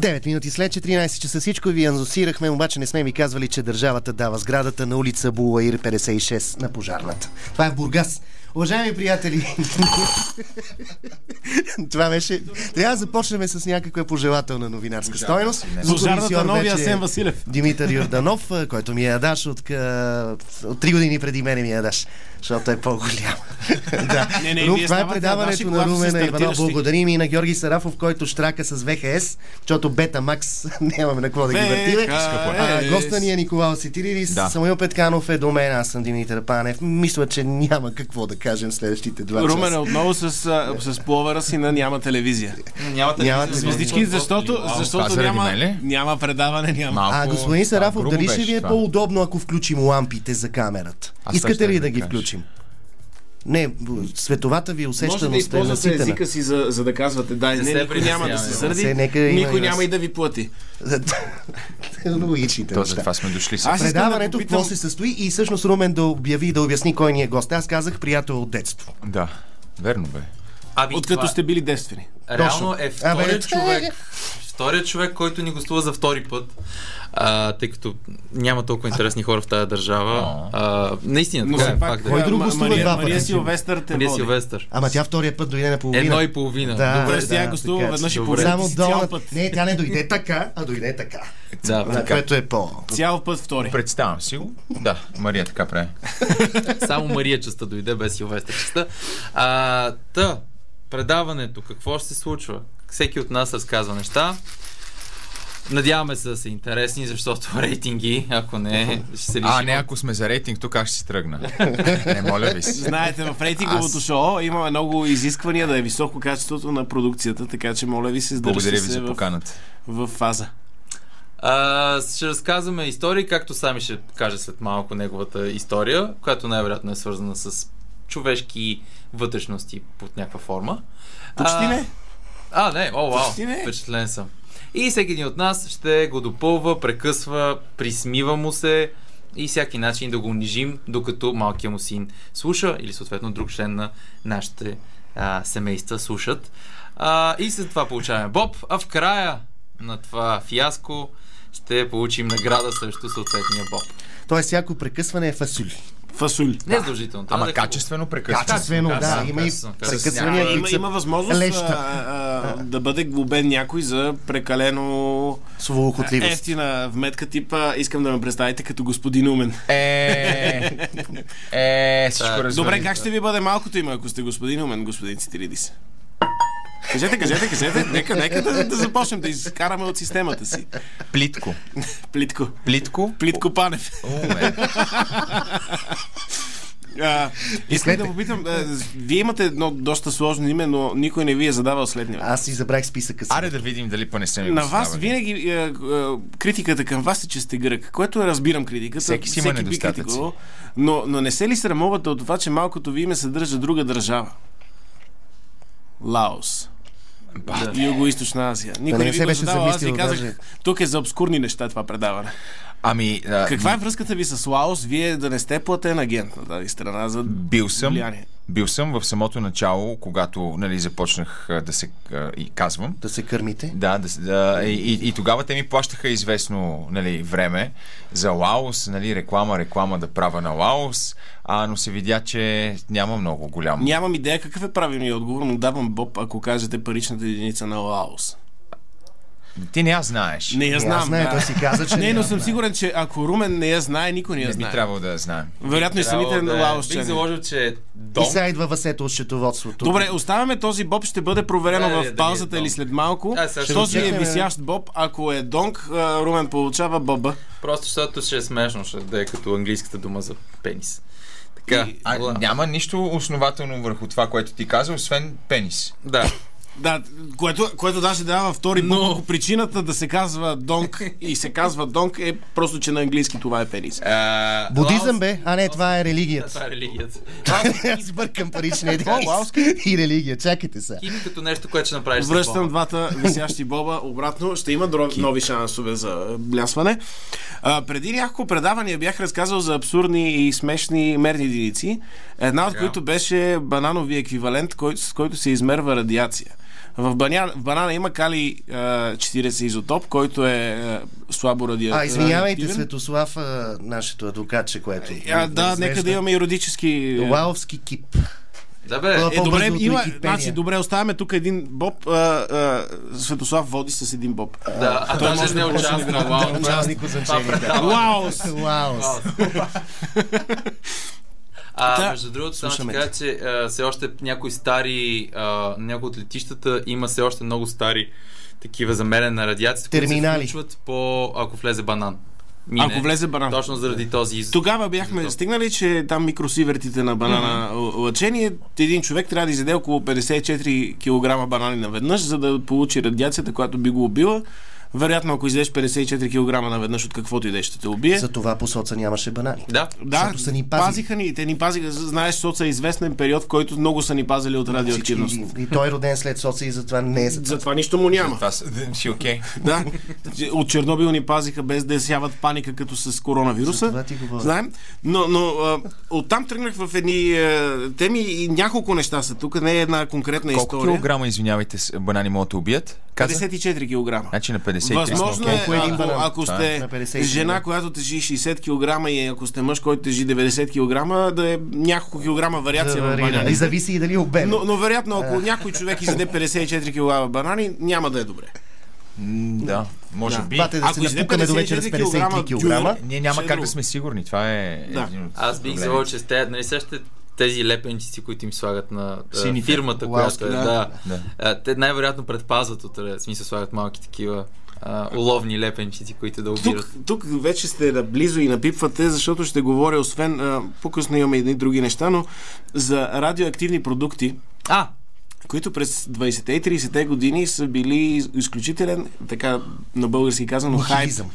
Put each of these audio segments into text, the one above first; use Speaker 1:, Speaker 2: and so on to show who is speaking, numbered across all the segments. Speaker 1: 9 минути след 14 часа всичко ви анонсирахме, обаче не сме ви казвали, че държавата дава сградата на улица Булаир 56 на пожарната. Това е в Бургас. Уважаеми приятели, това беше... Трябва да започнем с някаква пожелателна новинарска стойност.
Speaker 2: Пожарната
Speaker 1: Звукорежисьор
Speaker 2: новия
Speaker 1: вече е
Speaker 2: Асен Василев.
Speaker 1: Димитър Йорданов, който ми е Адаш от, къ- от 3 години преди мене ми е Адаш, защото е по-голям. да.
Speaker 2: Не, не,
Speaker 1: Рум,
Speaker 2: вие
Speaker 1: това е
Speaker 2: ставате
Speaker 1: предаването
Speaker 2: адаши,
Speaker 1: на
Speaker 2: когато сте
Speaker 1: Румена Иванов.
Speaker 2: стартиращи.
Speaker 1: Благодарим и на Георги Сарафов, който штрака с ВХС, защото Бета Макс нямаме на какво да ги въртиме. А, госта ни е Николао Ситиридис,
Speaker 3: Да.
Speaker 1: Самуил Петканов е до мен, аз съм Димитър Панев. Мисля, че няма какво да кажем следващите два часа.
Speaker 2: Румен е отново с, а, с пловера си на няма телевизия.
Speaker 3: Няма
Speaker 1: Няма телевизия.
Speaker 2: Звездички, защото, защото
Speaker 3: заради
Speaker 2: няма,
Speaker 3: мен ли?
Speaker 2: няма предаване, няма.
Speaker 3: Малко,
Speaker 1: А, господин Сарафов,
Speaker 3: грубо
Speaker 1: дали ще
Speaker 3: беше
Speaker 1: ви е
Speaker 3: това.
Speaker 1: по-удобно, ако включим лампите за камерата?
Speaker 3: Аз
Speaker 1: Искате
Speaker 3: това
Speaker 1: ли
Speaker 3: ще
Speaker 1: да
Speaker 3: да
Speaker 1: ги
Speaker 3: кажа.
Speaker 1: включим? Не, б- световата ви
Speaker 4: Може да
Speaker 1: усещаност е
Speaker 4: използвате
Speaker 1: наситена.
Speaker 4: езика си, за, за да казвате да,
Speaker 2: Не,
Speaker 4: не,
Speaker 2: никой няма да се сърди,
Speaker 1: Се, нека има
Speaker 2: никой
Speaker 1: и нас.
Speaker 2: няма и да ви плати.
Speaker 1: Логичните
Speaker 3: То за
Speaker 1: неща.
Speaker 3: това сме дошли сега.
Speaker 2: Аз искам да
Speaker 1: Предаването в
Speaker 2: попитам-
Speaker 1: какво се състои и всъщност Румен да обяви и да обясни кой ни е гост. Аз казах приятел от детство.
Speaker 3: Да, верно бе.
Speaker 5: Аби,
Speaker 2: Откато
Speaker 5: това е.
Speaker 2: сте били девствени.
Speaker 5: реално е
Speaker 1: Абе,
Speaker 5: вторият
Speaker 1: е-
Speaker 5: човек, вторият човек, който ни гостува за втори път, а, тъй като няма толкова интересни хора в тази държава. А, наистина,
Speaker 2: Но
Speaker 5: така
Speaker 2: все
Speaker 5: е
Speaker 2: пак,
Speaker 5: факт.
Speaker 1: Кой
Speaker 5: да.
Speaker 2: а,
Speaker 1: друг
Speaker 2: Ма-
Speaker 1: гостува
Speaker 2: Мария-
Speaker 1: два пъти?
Speaker 2: Мария Силвестър те
Speaker 5: Мария
Speaker 2: води.
Speaker 5: Силвестър.
Speaker 1: Ама тя втория път дойде на половина.
Speaker 5: Едно и половина.
Speaker 1: Да,
Speaker 5: Добре,
Speaker 2: Тоест, тя е
Speaker 1: да,
Speaker 2: гостува
Speaker 1: така че.
Speaker 2: веднъж и
Speaker 5: Добре.
Speaker 2: поред.
Speaker 1: Само
Speaker 2: Цял
Speaker 1: долна.
Speaker 2: път.
Speaker 1: Не, тя не дойде така, а дойде така.
Speaker 5: Да,
Speaker 1: На
Speaker 5: така.
Speaker 1: което е по.
Speaker 2: Цял път втори.
Speaker 3: е Представям си го. Да, Мария така прави.
Speaker 5: Само Мария частта дойде без Силвестър частта. А, та, предаването, какво ще се случва? Всеки от нас разказва неща. Надяваме се да са интересни, защото рейтинги, ако не, ще се лишим.
Speaker 3: А, не, ако сме за рейтинг, тук аз ще си тръгна. Не, моля ви се.
Speaker 2: Знаете, в рейтинговото шоу имаме много изисквания да е високо качеството на продукцията, така че моля ви се,
Speaker 3: Благодаря
Speaker 2: сдържте
Speaker 3: ви
Speaker 2: се
Speaker 3: за
Speaker 2: в,
Speaker 3: поканата.
Speaker 2: в фаза.
Speaker 5: А, ще разказваме истории, както сами ще каже след малко неговата история, която най-вероятно е свързана с човешки вътрешности под някаква форма.
Speaker 2: Почти
Speaker 5: а,
Speaker 2: не.
Speaker 5: А, не, о, вау,
Speaker 2: Почти не.
Speaker 5: впечатлен съм. И всеки един от нас ще го допълва, прекъсва, присмива му се и всяки начин да го унижим, докато малкият му син слуша или съответно друг член на нашите а, семейства слушат. А, и след това получаваме Боб, а в края на това фиаско ще получим награда срещу съответния Боб.
Speaker 1: Тоест, всяко прекъсване е фасули.
Speaker 2: Фасуль.
Speaker 5: Не е задължително. трябва да
Speaker 3: Ама
Speaker 5: е хубаво.
Speaker 3: качествено прекъсвам.
Speaker 1: Качествено,
Speaker 5: да,
Speaker 1: да. Има и
Speaker 5: качествено,
Speaker 1: прекъсвания.
Speaker 2: А,
Speaker 1: които
Speaker 2: Има,
Speaker 1: са
Speaker 2: има възможност
Speaker 1: леща.
Speaker 2: а, а, да бъде глобен някой за прекалено
Speaker 1: Словоохотливост.
Speaker 2: ефтина вметка типа искам да ме представите като господин Умен.
Speaker 3: Е, е, всичко
Speaker 5: Да.
Speaker 3: разбира.
Speaker 2: Добре, как ще ви бъде малкото име, ако сте господин Умен, господин Цитиридис? Кажете, кажете, кажете. Нека, нека да, да започнем да изкараме от системата си.
Speaker 3: Плитко.
Speaker 2: Плитко.
Speaker 3: Плитко. е.
Speaker 2: Плитко Панев.
Speaker 3: Уме.
Speaker 2: А, искам
Speaker 1: Мислете.
Speaker 2: да попитам, а, вие имате едно доста сложно име, но никой не ви е задавал следния.
Speaker 1: Аз си забрах списъка си.
Speaker 3: Аре да видим дали па не сме ми Е, го
Speaker 2: На вас
Speaker 3: задавали.
Speaker 2: винаги а, а, критиката към вас е, че сте грък, което разбирам критиката.
Speaker 3: Всеки си има недостатъци.
Speaker 2: но, но не се ли срамувате от това, че малкото ви име съдържа друга държава? Лаос. Юго-Източна Азия. Никой
Speaker 1: не
Speaker 2: не, ви
Speaker 1: се
Speaker 2: го
Speaker 1: беше
Speaker 2: задава, аз ви
Speaker 1: замислил
Speaker 2: казах,
Speaker 1: даже.
Speaker 2: тук е за обскурни неща това предаване.
Speaker 3: Ами, а,
Speaker 2: Каква е връзката ви с Лаос? Вие да не сте платен агент на тази страна за
Speaker 3: Бил съм.
Speaker 2: влияние.
Speaker 3: Бил съм в самото начало, когато нали, започнах а, да се а, и казвам.
Speaker 1: Да се кърмите.
Speaker 3: Да, да, с- да и, и, и тогава те ми плащаха известно нали, време за Лаос, нали, реклама, реклама да правя на Лаос, а, но се видя, че няма много голям.
Speaker 2: Нямам идея какъв е правилният отговор, но давам Боб, ако кажете паричната единица на Лаос.
Speaker 3: Ти не я знаеш.
Speaker 2: Не я
Speaker 1: Аз
Speaker 2: знам.
Speaker 1: знае,
Speaker 2: да.
Speaker 1: е, той си каза, че
Speaker 2: Не, но
Speaker 1: няма.
Speaker 2: съм сигурен, че ако Румен не я знае, никой не я
Speaker 3: не би
Speaker 2: знае.
Speaker 3: трябвало да я знаем.
Speaker 2: Вероятно и самите
Speaker 5: Трябва да е.
Speaker 2: лаосчани.
Speaker 5: Бих заложил, че е
Speaker 1: И
Speaker 5: дом.
Speaker 1: сега идва Васето от счетоводството.
Speaker 2: Добре, оставяме този боб, ще бъде проверено
Speaker 5: Да, да, да,
Speaker 2: в
Speaker 5: да,
Speaker 2: паузата
Speaker 5: да.
Speaker 2: или след малко.
Speaker 5: А, сега ще
Speaker 2: този е
Speaker 1: чекаме.
Speaker 2: висящ боб, ако е донг, а, Румен получава боба.
Speaker 5: Просто защото ще е смешно, ще да е като английската дума за пенис. Така,
Speaker 3: А,
Speaker 5: ла-
Speaker 3: няма нищо основателно върху това, което ти каза, освен пенис.
Speaker 5: да.
Speaker 2: Да, което, което даже дава втори боб. Но причината да се казва донг и се казва донг е просто, че на английски това е пенис.
Speaker 5: А,
Speaker 1: Будизъм
Speaker 5: Лаос-
Speaker 1: бе, а не, това е религията.
Speaker 5: Това е религията.
Speaker 1: Аз бъркам паричния
Speaker 2: Лаос.
Speaker 1: единиц и религия. Чакайте сега.
Speaker 5: Ким като нещо, което ще направиш. с
Speaker 2: Връщам
Speaker 5: Бога.
Speaker 2: двата висящи боба обратно. Ще има дро- нови шансове за е, блясване. А, преди няколко предавания бях разказал за абсурдни и смешни мерни единици. Една от които беше бананови еквивалент, кой, с който се измерва радиация. В, баня, в банана има кали а, 40 изотоп, който е а, слабо радиация.
Speaker 1: А, извинявайте, Светослав, а, нашето адвокатче, което...
Speaker 2: Е, А,
Speaker 1: ни
Speaker 2: да, нека
Speaker 1: разглежда.
Speaker 2: да имаме юридически...
Speaker 1: Лауовски кип.
Speaker 5: Да бе,
Speaker 1: Това е
Speaker 2: Е, добре,
Speaker 1: по-бързо от
Speaker 2: има,
Speaker 1: Википедия.
Speaker 2: значи, добре, оставяме тук един боб. А, а, Светослав води с един боб.
Speaker 5: да, а той даже не е участва. Вау,
Speaker 1: Началник от значение, да.
Speaker 2: Лаос!
Speaker 1: Лаос.
Speaker 5: А,
Speaker 2: Да.
Speaker 5: между другото, само ще
Speaker 1: Слушаме
Speaker 5: кажа, че а, все още някои стари, а, някои от летищата има все още много стари такива замеряне на радиацията,
Speaker 1: Терминали.
Speaker 5: които се включват по ако влезе банан.
Speaker 2: Ако влезе банан.
Speaker 5: Точно заради този из...
Speaker 2: Тогава бяхме
Speaker 5: Защо?
Speaker 2: стигнали, че там микросивертите на банана mm-hmm. лъчение, един човек трябва да изяде около 54 кг банани наведнъж, за да получи радиацията, която би го убила. Вероятно, ако изядеш 54 кг наведнъж от каквото идеш, ще те убие.
Speaker 1: За това по соца нямаше банани.
Speaker 5: Да.
Speaker 2: Да,
Speaker 1: Защото са ни пазили.
Speaker 2: пазиха ни, те ни пазиха, знаеш, соца е известен период, в който много са ни пазили от радиоактивност.
Speaker 1: И, и той е роден след соца и затова не е за...
Speaker 2: Затова нищо му няма.
Speaker 3: Това с- си окей.
Speaker 2: Да. От Чернобил ни пазиха без да сяват паника, като с
Speaker 1: За това
Speaker 2: коронавируса.
Speaker 1: ти говоря.
Speaker 2: Знаем. Но, но а, оттам тръгнах в едни а, теми и няколко неща са тук. Не е една конкретна
Speaker 3: Колко
Speaker 2: история.
Speaker 3: килограма, извинявайте, с- банани могат да убият? Каза?
Speaker 2: 54 килограма.
Speaker 3: Значи на 53
Speaker 2: Възможно
Speaker 3: сме окей.
Speaker 2: е,
Speaker 1: Колко е един
Speaker 2: ако,
Speaker 1: банан?
Speaker 2: ако
Speaker 3: Да.
Speaker 2: сте
Speaker 1: На 53
Speaker 2: жена, която тежи 60 кг и е, ако сте мъж, който тежи 90 кг, да е няколко килограма вариация в
Speaker 1: Варира. И
Speaker 2: банани.
Speaker 1: зависи и дали е обем.
Speaker 2: Но, но вероятно, ако някой човек изяде 54 кг банани, няма да е добре.
Speaker 3: М, Да, може
Speaker 2: Да.
Speaker 3: би.
Speaker 1: Бате да
Speaker 2: ако
Speaker 1: се
Speaker 2: изяде
Speaker 1: напукаме до вечера с
Speaker 2: 54
Speaker 1: 53 килограма.
Speaker 3: Ние няма
Speaker 2: Ще е
Speaker 3: как
Speaker 2: друго.
Speaker 3: да сме сигурни. Това е
Speaker 2: Да.
Speaker 3: един от
Speaker 5: Аз бих
Speaker 3: проблемите.
Speaker 5: завел, че сте, нали сещате тези лепенчици, които им слагат на а,
Speaker 3: Сините.
Speaker 5: фирмата,
Speaker 1: Лаоски,
Speaker 5: която е. Да.
Speaker 2: да.
Speaker 5: да.
Speaker 3: Да.
Speaker 5: А, те най-вероятно предпазват от в смисъл слагат малки такива а, уловни лепенчици, които да
Speaker 2: Тук,
Speaker 5: убират.
Speaker 2: тук вече сте наблизо и напипвате, защото ще говоря, освен а, по-късно имаме едни други неща, но за радиоактивни продукти,
Speaker 5: А,
Speaker 2: които през 20-те и 30-те години са били из- изключителен, така на български казано, хайп.
Speaker 1: Нихилизъм.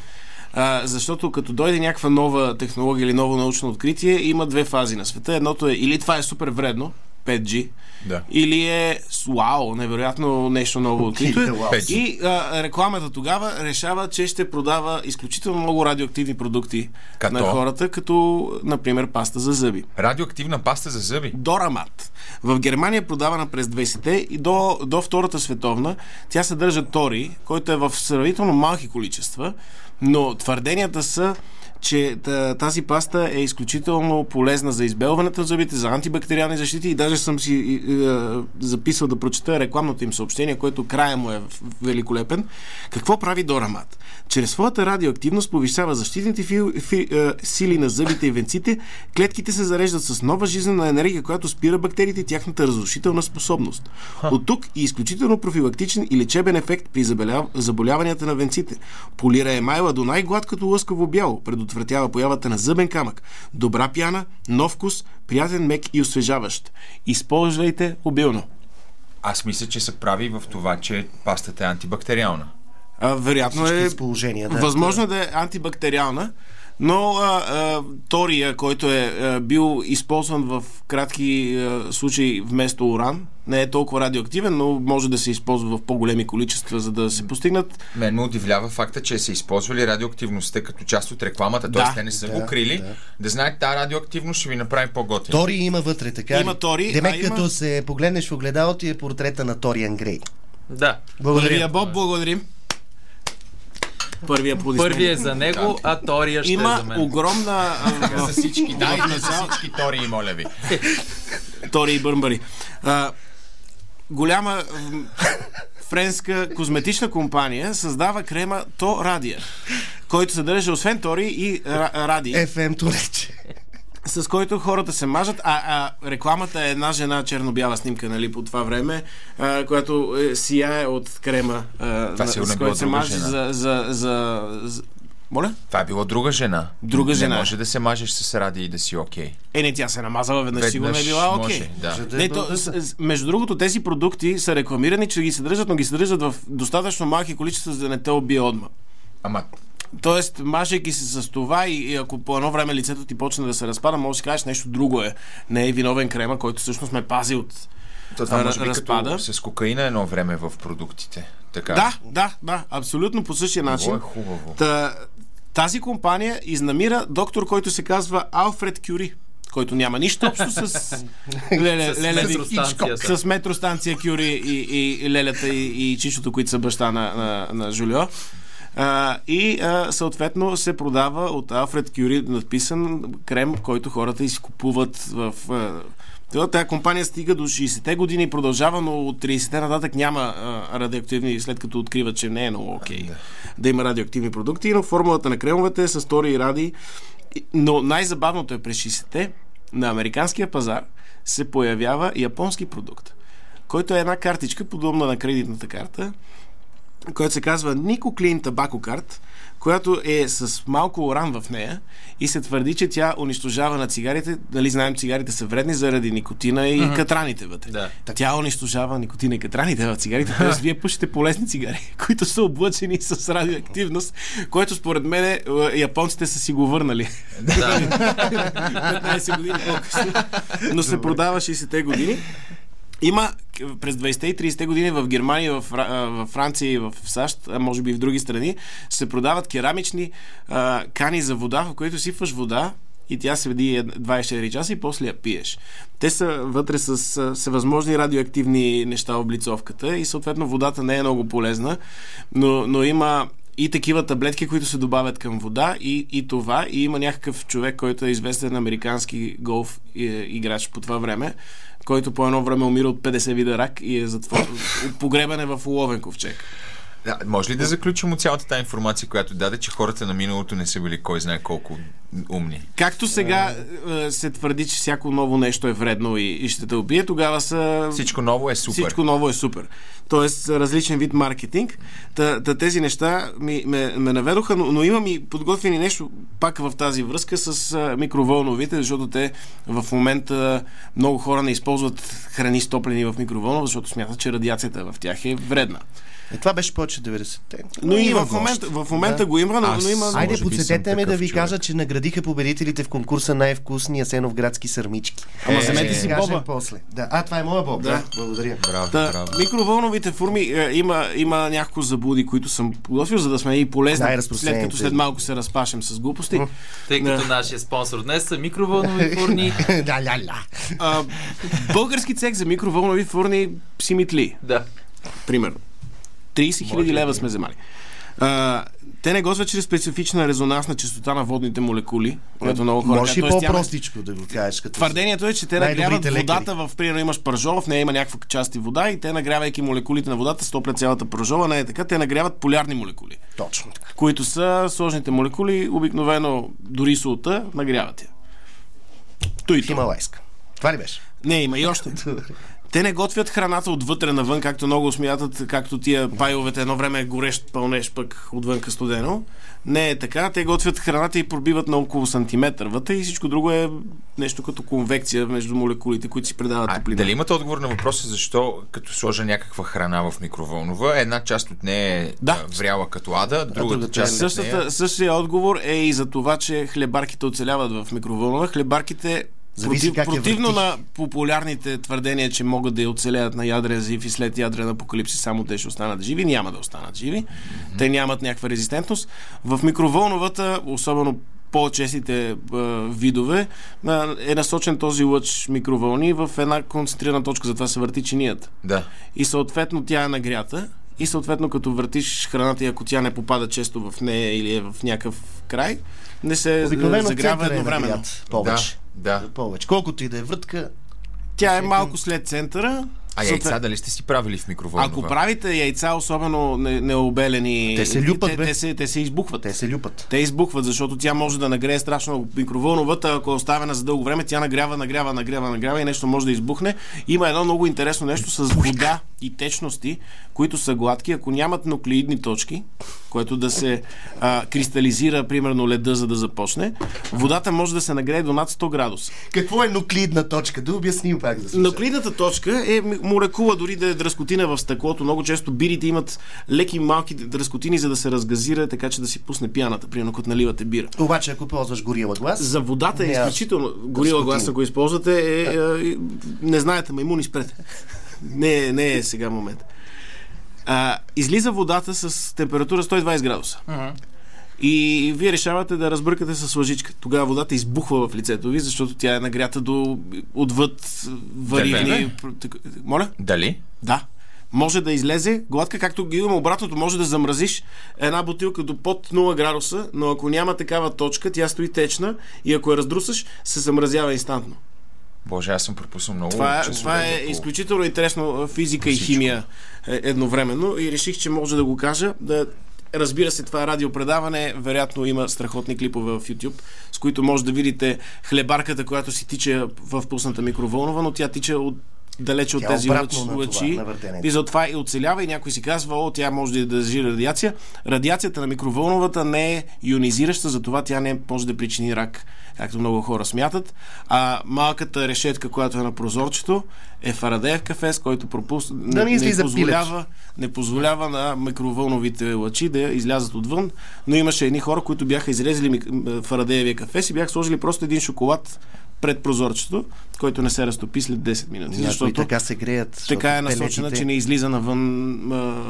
Speaker 2: А, защото като дойде някаква нова технология или ново научно откритие, има две фази на света. Едното е или това е супер вредно, 5G,
Speaker 3: Да.
Speaker 2: или е с- вау, невероятно нещо ново открито. е.
Speaker 1: Вау.
Speaker 2: И а, рекламата тогава решава, че ще продава изключително много радиоактивни продукти
Speaker 3: Като?
Speaker 2: на хората, като, например, паста за зъби.
Speaker 3: Радиоактивна паста за зъби.
Speaker 2: Ами, Дорамат. В Германия е продавана през 20-те и до, до Втората световна. Тя съдържа тори, който е в сравнително малки количества, но твърденията са, че та- тази паста е изключително полезна за избелването на зъбите, за антибактериални защити и даже съм си е, е, записал да прочета рекламното им съобщение, което края му е в- великолепен. Какво прави Дорамат? Чрез своята радиоактивност повишава защитните фил, фи, е, сили на зъбите и венците, клетките се зареждат с нова жизнена енергия, която спира бактериите и тяхната разрушителна способност. От тук и изключително профилактичен и лечебен ефект при забеля... заболяванията на венците. Полира емайла до най-гладкото лъскаво бяло, предотвратява появата на зъбен камък, добра пяна, нов вкус, приятен мек и освежаващ. Използвайте обилно.
Speaker 3: Аз мисля, че се прави в това, че пастата е антибактериална.
Speaker 2: А, вероятно е
Speaker 1: С положение, да.
Speaker 2: Възможно е да е антибактериална, но а, а, тория, който е а, бил използван в кратки а, случаи вместо уран, не е толкова радиоактивен, но може да се използва в по-големи количества, за да се постигнат.
Speaker 3: Мен ме удивлява факта, че са използвали радиоактивността като част от рекламата. Тоест,
Speaker 2: Да.
Speaker 3: те не са
Speaker 1: Да,
Speaker 3: го крили.
Speaker 1: да.
Speaker 3: Да, знаете, тази радиоактивност ще ви направи по-готин.
Speaker 1: Тори има вътре, така ли?
Speaker 2: Има Тори,
Speaker 1: Демек,
Speaker 2: а има-
Speaker 1: като се погледнеш в огледалото и е портрета на Ториан Грей.
Speaker 5: да.
Speaker 2: Благодаря,
Speaker 1: Благодаря.
Speaker 2: Боб, благодарим. Първия аплодисмент.
Speaker 5: Първият е за него, а втория ще е за
Speaker 2: Има
Speaker 5: мен.
Speaker 2: огромна... а,
Speaker 3: За всички, да, и за всички тори, моля ви.
Speaker 2: Тори и Бърмбари. А, голяма м, френска козметична компания създава крема То Радия, който съдържа освен Тори и ра- Ради,
Speaker 1: FM Турече.
Speaker 2: с който хората се мажат, а, а рекламата е една жена черно-бяла снимка, нали, по това време, а, която е, сияе от крема, а,
Speaker 3: Това
Speaker 2: на-
Speaker 3: сигурно
Speaker 2: с
Speaker 3: е била
Speaker 2: който се
Speaker 3: друга
Speaker 2: маже
Speaker 3: жена.
Speaker 2: за, за, за, за... Моля?
Speaker 3: Това е било друга жена.
Speaker 2: Друга
Speaker 3: не
Speaker 2: жена.
Speaker 3: може да се мажеш с ради и да си окей.
Speaker 2: Е, не, тя се е намазала веднъж,
Speaker 3: Веднъж
Speaker 2: сигурно е била окей.
Speaker 3: може, да.
Speaker 1: Да е
Speaker 2: Не, то,
Speaker 1: българска.
Speaker 2: с, с- между другото, тези продукти са рекламирани, че ги съдържат, но ги съдържат в достатъчно малки количества, за да не те убие одма.
Speaker 3: Ама,
Speaker 2: Тоест, мажейки се с това и, и ако по едно време лицето ти почне да се разпада, може да си кажеш нещо друго е. Не е виновен крема, който всъщност ме пази от...
Speaker 3: то това
Speaker 2: Ра-
Speaker 3: може би
Speaker 2: разпада.
Speaker 3: като с кокаина едно време в продуктите. Така.
Speaker 2: Да, да, да, абсолютно по същия
Speaker 3: Това
Speaker 2: начин.
Speaker 3: е хубаво.
Speaker 2: Та, тази компания изнамира доктор, който се казва Алфред Кюри, който няма нищо общо с леле,
Speaker 5: С
Speaker 2: леле,
Speaker 5: метростанцията.
Speaker 2: с метростанция Кюри и, и, и Лелята и, и Чичото, които са баща на, на, на Жулио. А, и а, съответно се продава от Алфред Кюри надписан крем, който хората изкупуват в... а, това- Тая компания стига до 60-те години и продължава, но от 30-те нататък няма а, радиоактивни, след като откриват, че не е много окей да. да има радиоактивни продукти, но формулата на кремовете е с тори и ради. И- Но най-забавното е през 60-те на американския пазар се появява японски продукт, който е една картичка, подобна на кредитната карта, която се казва Нико Клин Табако Карт, която е с малко уран в нея и се твърди, че тя унищожава на цигарите. Нали знаем, цигарите са вредни заради никотина и катраните вътре.
Speaker 5: Да.
Speaker 2: Та Тя унищожава никотина и катраните в цигарите, т.е. вие пушите полезни цигари, които са облъчени с радиоактивност, което според мен е, е, японците са си го върнали.
Speaker 5: Да.
Speaker 2: 15 години по-късно. Но се продава 60-те години. Има к- през 20-те и 30-те години в Германия, в, Фра- а, в Франция и в САЩ, а може би и в други страни, се продават керамични а, кани за вода, в които сипваш вода и тя се види ед- 24 часа и после я пиеш. Те са вътре с а, всевъзможни радиоактивни неща в облицовката и съответно водата не е много полезна, но, но има и такива таблетки, които се добавят към вода и, и това. И има някакъв човек, който е известен американски голф е, играч по това време, който по едно време умира от 50 вида рак и е затвор... погребан е в уловен ковчег.
Speaker 3: Да, може ли да заключим от цялата тази информация, която даде, че хората на миналото не са били кой знае колко умни?
Speaker 2: Както сега е, се твърди, че всяко ново нещо е вредно и, и ще те убие, тогава са...
Speaker 3: Всичко ново е супер.
Speaker 2: Всичко ново е супер. Тоест, различен вид маркетинг. Та, та тези неща ми, ме, ме наведоха, но, но имам и подготвени нещо пак в тази връзка с а, микроволновите, защото те в момента много хора не използват храни стоплени в микроволнова, защото смятат, че радиацията в тях е вредна.
Speaker 1: Е, това беше повече 90-те.
Speaker 2: Но и
Speaker 1: има
Speaker 2: в
Speaker 1: го
Speaker 2: момента,
Speaker 1: още.
Speaker 2: в момента го има, но,
Speaker 3: Аз-
Speaker 2: но има...
Speaker 1: Айде,
Speaker 3: Може би
Speaker 1: подсетете
Speaker 3: съм
Speaker 1: ме да
Speaker 3: такъв
Speaker 1: ви
Speaker 3: човек.
Speaker 1: кажа, че наградиха победителите в конкурса най-вкусни Асеновградски сърмички.
Speaker 2: Е, Ама
Speaker 1: Ще
Speaker 2: вземете
Speaker 1: ви
Speaker 2: си
Speaker 1: кажа
Speaker 2: боба.
Speaker 1: после. Да. А, това е моя боб. Да.
Speaker 2: Да.
Speaker 1: Благодаря.
Speaker 3: Браво,
Speaker 2: Та,
Speaker 3: браво.
Speaker 2: микровълновите форми е, има, има няколко заблуди, които съм подготвил, за да сме и полезни, след
Speaker 1: Най-разпространените.
Speaker 2: като след малко се разпашем с глупости.
Speaker 5: Тъй като нашия спонсор днес са микровълнови фурни.
Speaker 1: да, ля, ля.
Speaker 2: А, български цех за микровълнови фурни си митли,
Speaker 5: Да.
Speaker 2: примерно. 30 хиляди лева сме вземали. А, те не готвят чрез специфична резонансна частота на водните молекули, което много хора
Speaker 1: Може и
Speaker 2: казват. Тоест, тя не-
Speaker 1: по-простичко да го кажеш. Като...
Speaker 2: Твърдението е, че те
Speaker 1: Най-добрите
Speaker 2: нагряват
Speaker 1: лекари.
Speaker 2: водата в, примерно имаш пържола, в нея има някаква части вода и те нагрявайки молекулите на водата, стоплят цялата пържола, не е така, те нагряват полярни молекули,
Speaker 1: Точно така.
Speaker 2: които са сложните молекули, обикновено дори солта, нагряват я. Той
Speaker 1: Хималайска. Това ли беше?
Speaker 2: Не, има и още. Те не готвят храната отвътре навън, както много смятат, както тия пайовете едно време горещ пълнеш пък отвънка студено. Не е така. Те готвят храната и пробиват на около сантиметър вътре и всичко друго е нещо като конвекция между молекулите, които си предават
Speaker 3: А,
Speaker 2: топлина.
Speaker 3: дали имате отговор на въпроса защо като сложа някаква храна в микровълнова, една част от нея е
Speaker 2: Да.
Speaker 3: да. вряла като ада, другата
Speaker 1: другата
Speaker 3: част от нея...
Speaker 2: Същата, същия отговор е и за това, че хлебарките оцеляват в микровълнова. Хлебарките
Speaker 1: Зависи как я
Speaker 2: противно
Speaker 1: въртиш.
Speaker 2: на популярните твърдения, че могат да я оцелят на ядрен зив и след ядрен апокалипсис само те ще останат живи, няма да останат живи. Те нямат някаква резистентност. В микровълновата, особено по-честите а, видове, а, е насочен този лъч микровълни в една концентрирана точка, затова се върти чинията
Speaker 3: Да.
Speaker 2: и съответно тя е нагрята и съответно като въртиш храната и ако тя не попада често в нея или е в някакъв край, не се
Speaker 1: Обикновено
Speaker 2: загрява
Speaker 1: центъра е
Speaker 2: едновременно.
Speaker 1: нагряд. Повече.
Speaker 3: Да, да.
Speaker 1: Повече. Колкото и да е врътка,
Speaker 2: тя е малко след центъра.
Speaker 3: А
Speaker 2: Съответ-
Speaker 3: яйца дали сте си правили в микровълнова?
Speaker 2: Ако правите яйца, особено не- необелени,
Speaker 1: Те се люпат,
Speaker 2: те,
Speaker 1: бе.
Speaker 2: те, се, те се избухват.
Speaker 1: те се люпат.
Speaker 2: Те избухват, защото тя може да нагрее страшно много. микровълновата, ако е оставена за дълго време, тя нагрява, нагрява, нагрява, нагрява и нещо може да избухне. Има едно много интересно нещо с вода и течности, които са гладки. Ако нямат нуклеидни точки, което да се а, кристализира, примерно леда, за да започне, водата може да се нагрее до над 100 градуса.
Speaker 1: Какво е нуклидна точка? Да обясним пак за слушателите.
Speaker 2: Наклидната точка е м- молекула, дори да е дръскотина в стъклото. Много често бирите имат леки малки дръскотини, за да се разгазира, така че да си пусне пяната, примерно като наливате бира.
Speaker 1: Обаче, ако ползваш горила глас,
Speaker 2: За водата е
Speaker 1: Не, аз-
Speaker 2: изключително. Горила
Speaker 1: Скотина.
Speaker 2: глас, ако използвате, е, е, е, не знаете, маймуни спрете. Не, е- не е сега момент. А, излиза водата с температура 120 градуса. И вие решавате да разбъркате с лъжичка. Тогава водата избухва в лицето ви, защото тя е нагрята до отвъд варивни.
Speaker 1: е.
Speaker 3: Дебеле?
Speaker 2: Моля?
Speaker 3: Дали?
Speaker 2: Да. Може да излезе гладка, както ги имам обратното, може да замразиш една бутилка до под 0 градуса, но ако няма такава точка, тя стои течна и ако я раздрусаш, се замразява инстантно.
Speaker 3: Боже, аз съм пропуснал много.
Speaker 2: Това, е,
Speaker 3: часове
Speaker 2: това е
Speaker 3: върху-
Speaker 2: изключително интересно а, физика и
Speaker 3: Всичко.
Speaker 2: химия е, едновременно и реших, че може да го кажа. Да, разбира се, това е радиопредаване. Вероятно има страхотни клипове в YouTube, с които може да видите хлебарката, която си тича в пусната микроволнова, но тя тича от далече от
Speaker 1: Тя е
Speaker 2: тези лъч,
Speaker 1: обратно на това,
Speaker 2: лъчи.
Speaker 1: на въртенето.
Speaker 2: И затова и оцелява и някой си казва, о, тя може да държи радиация. Радиацията на микровълновата не е ионизираща, затова тя не може да причини рак, както много хора смятат. А малката решетка, която е на прозорчето, е Фарадеев кафе, с който пропус...
Speaker 1: Да не излиза
Speaker 2: позволява, не позволява на микровълновите лъчи да излязат отвън. Но имаше едни хора, които бяха изрезали мик... м, Фарадеевия кафе, си бяха сложили просто един шоколад пред прозорчето, който не се разтопи след 10 минути.
Speaker 1: Някои
Speaker 2: Защото
Speaker 1: така се греят. защото
Speaker 2: така е насочена,
Speaker 1: пелетите-
Speaker 2: че не излиза навън а,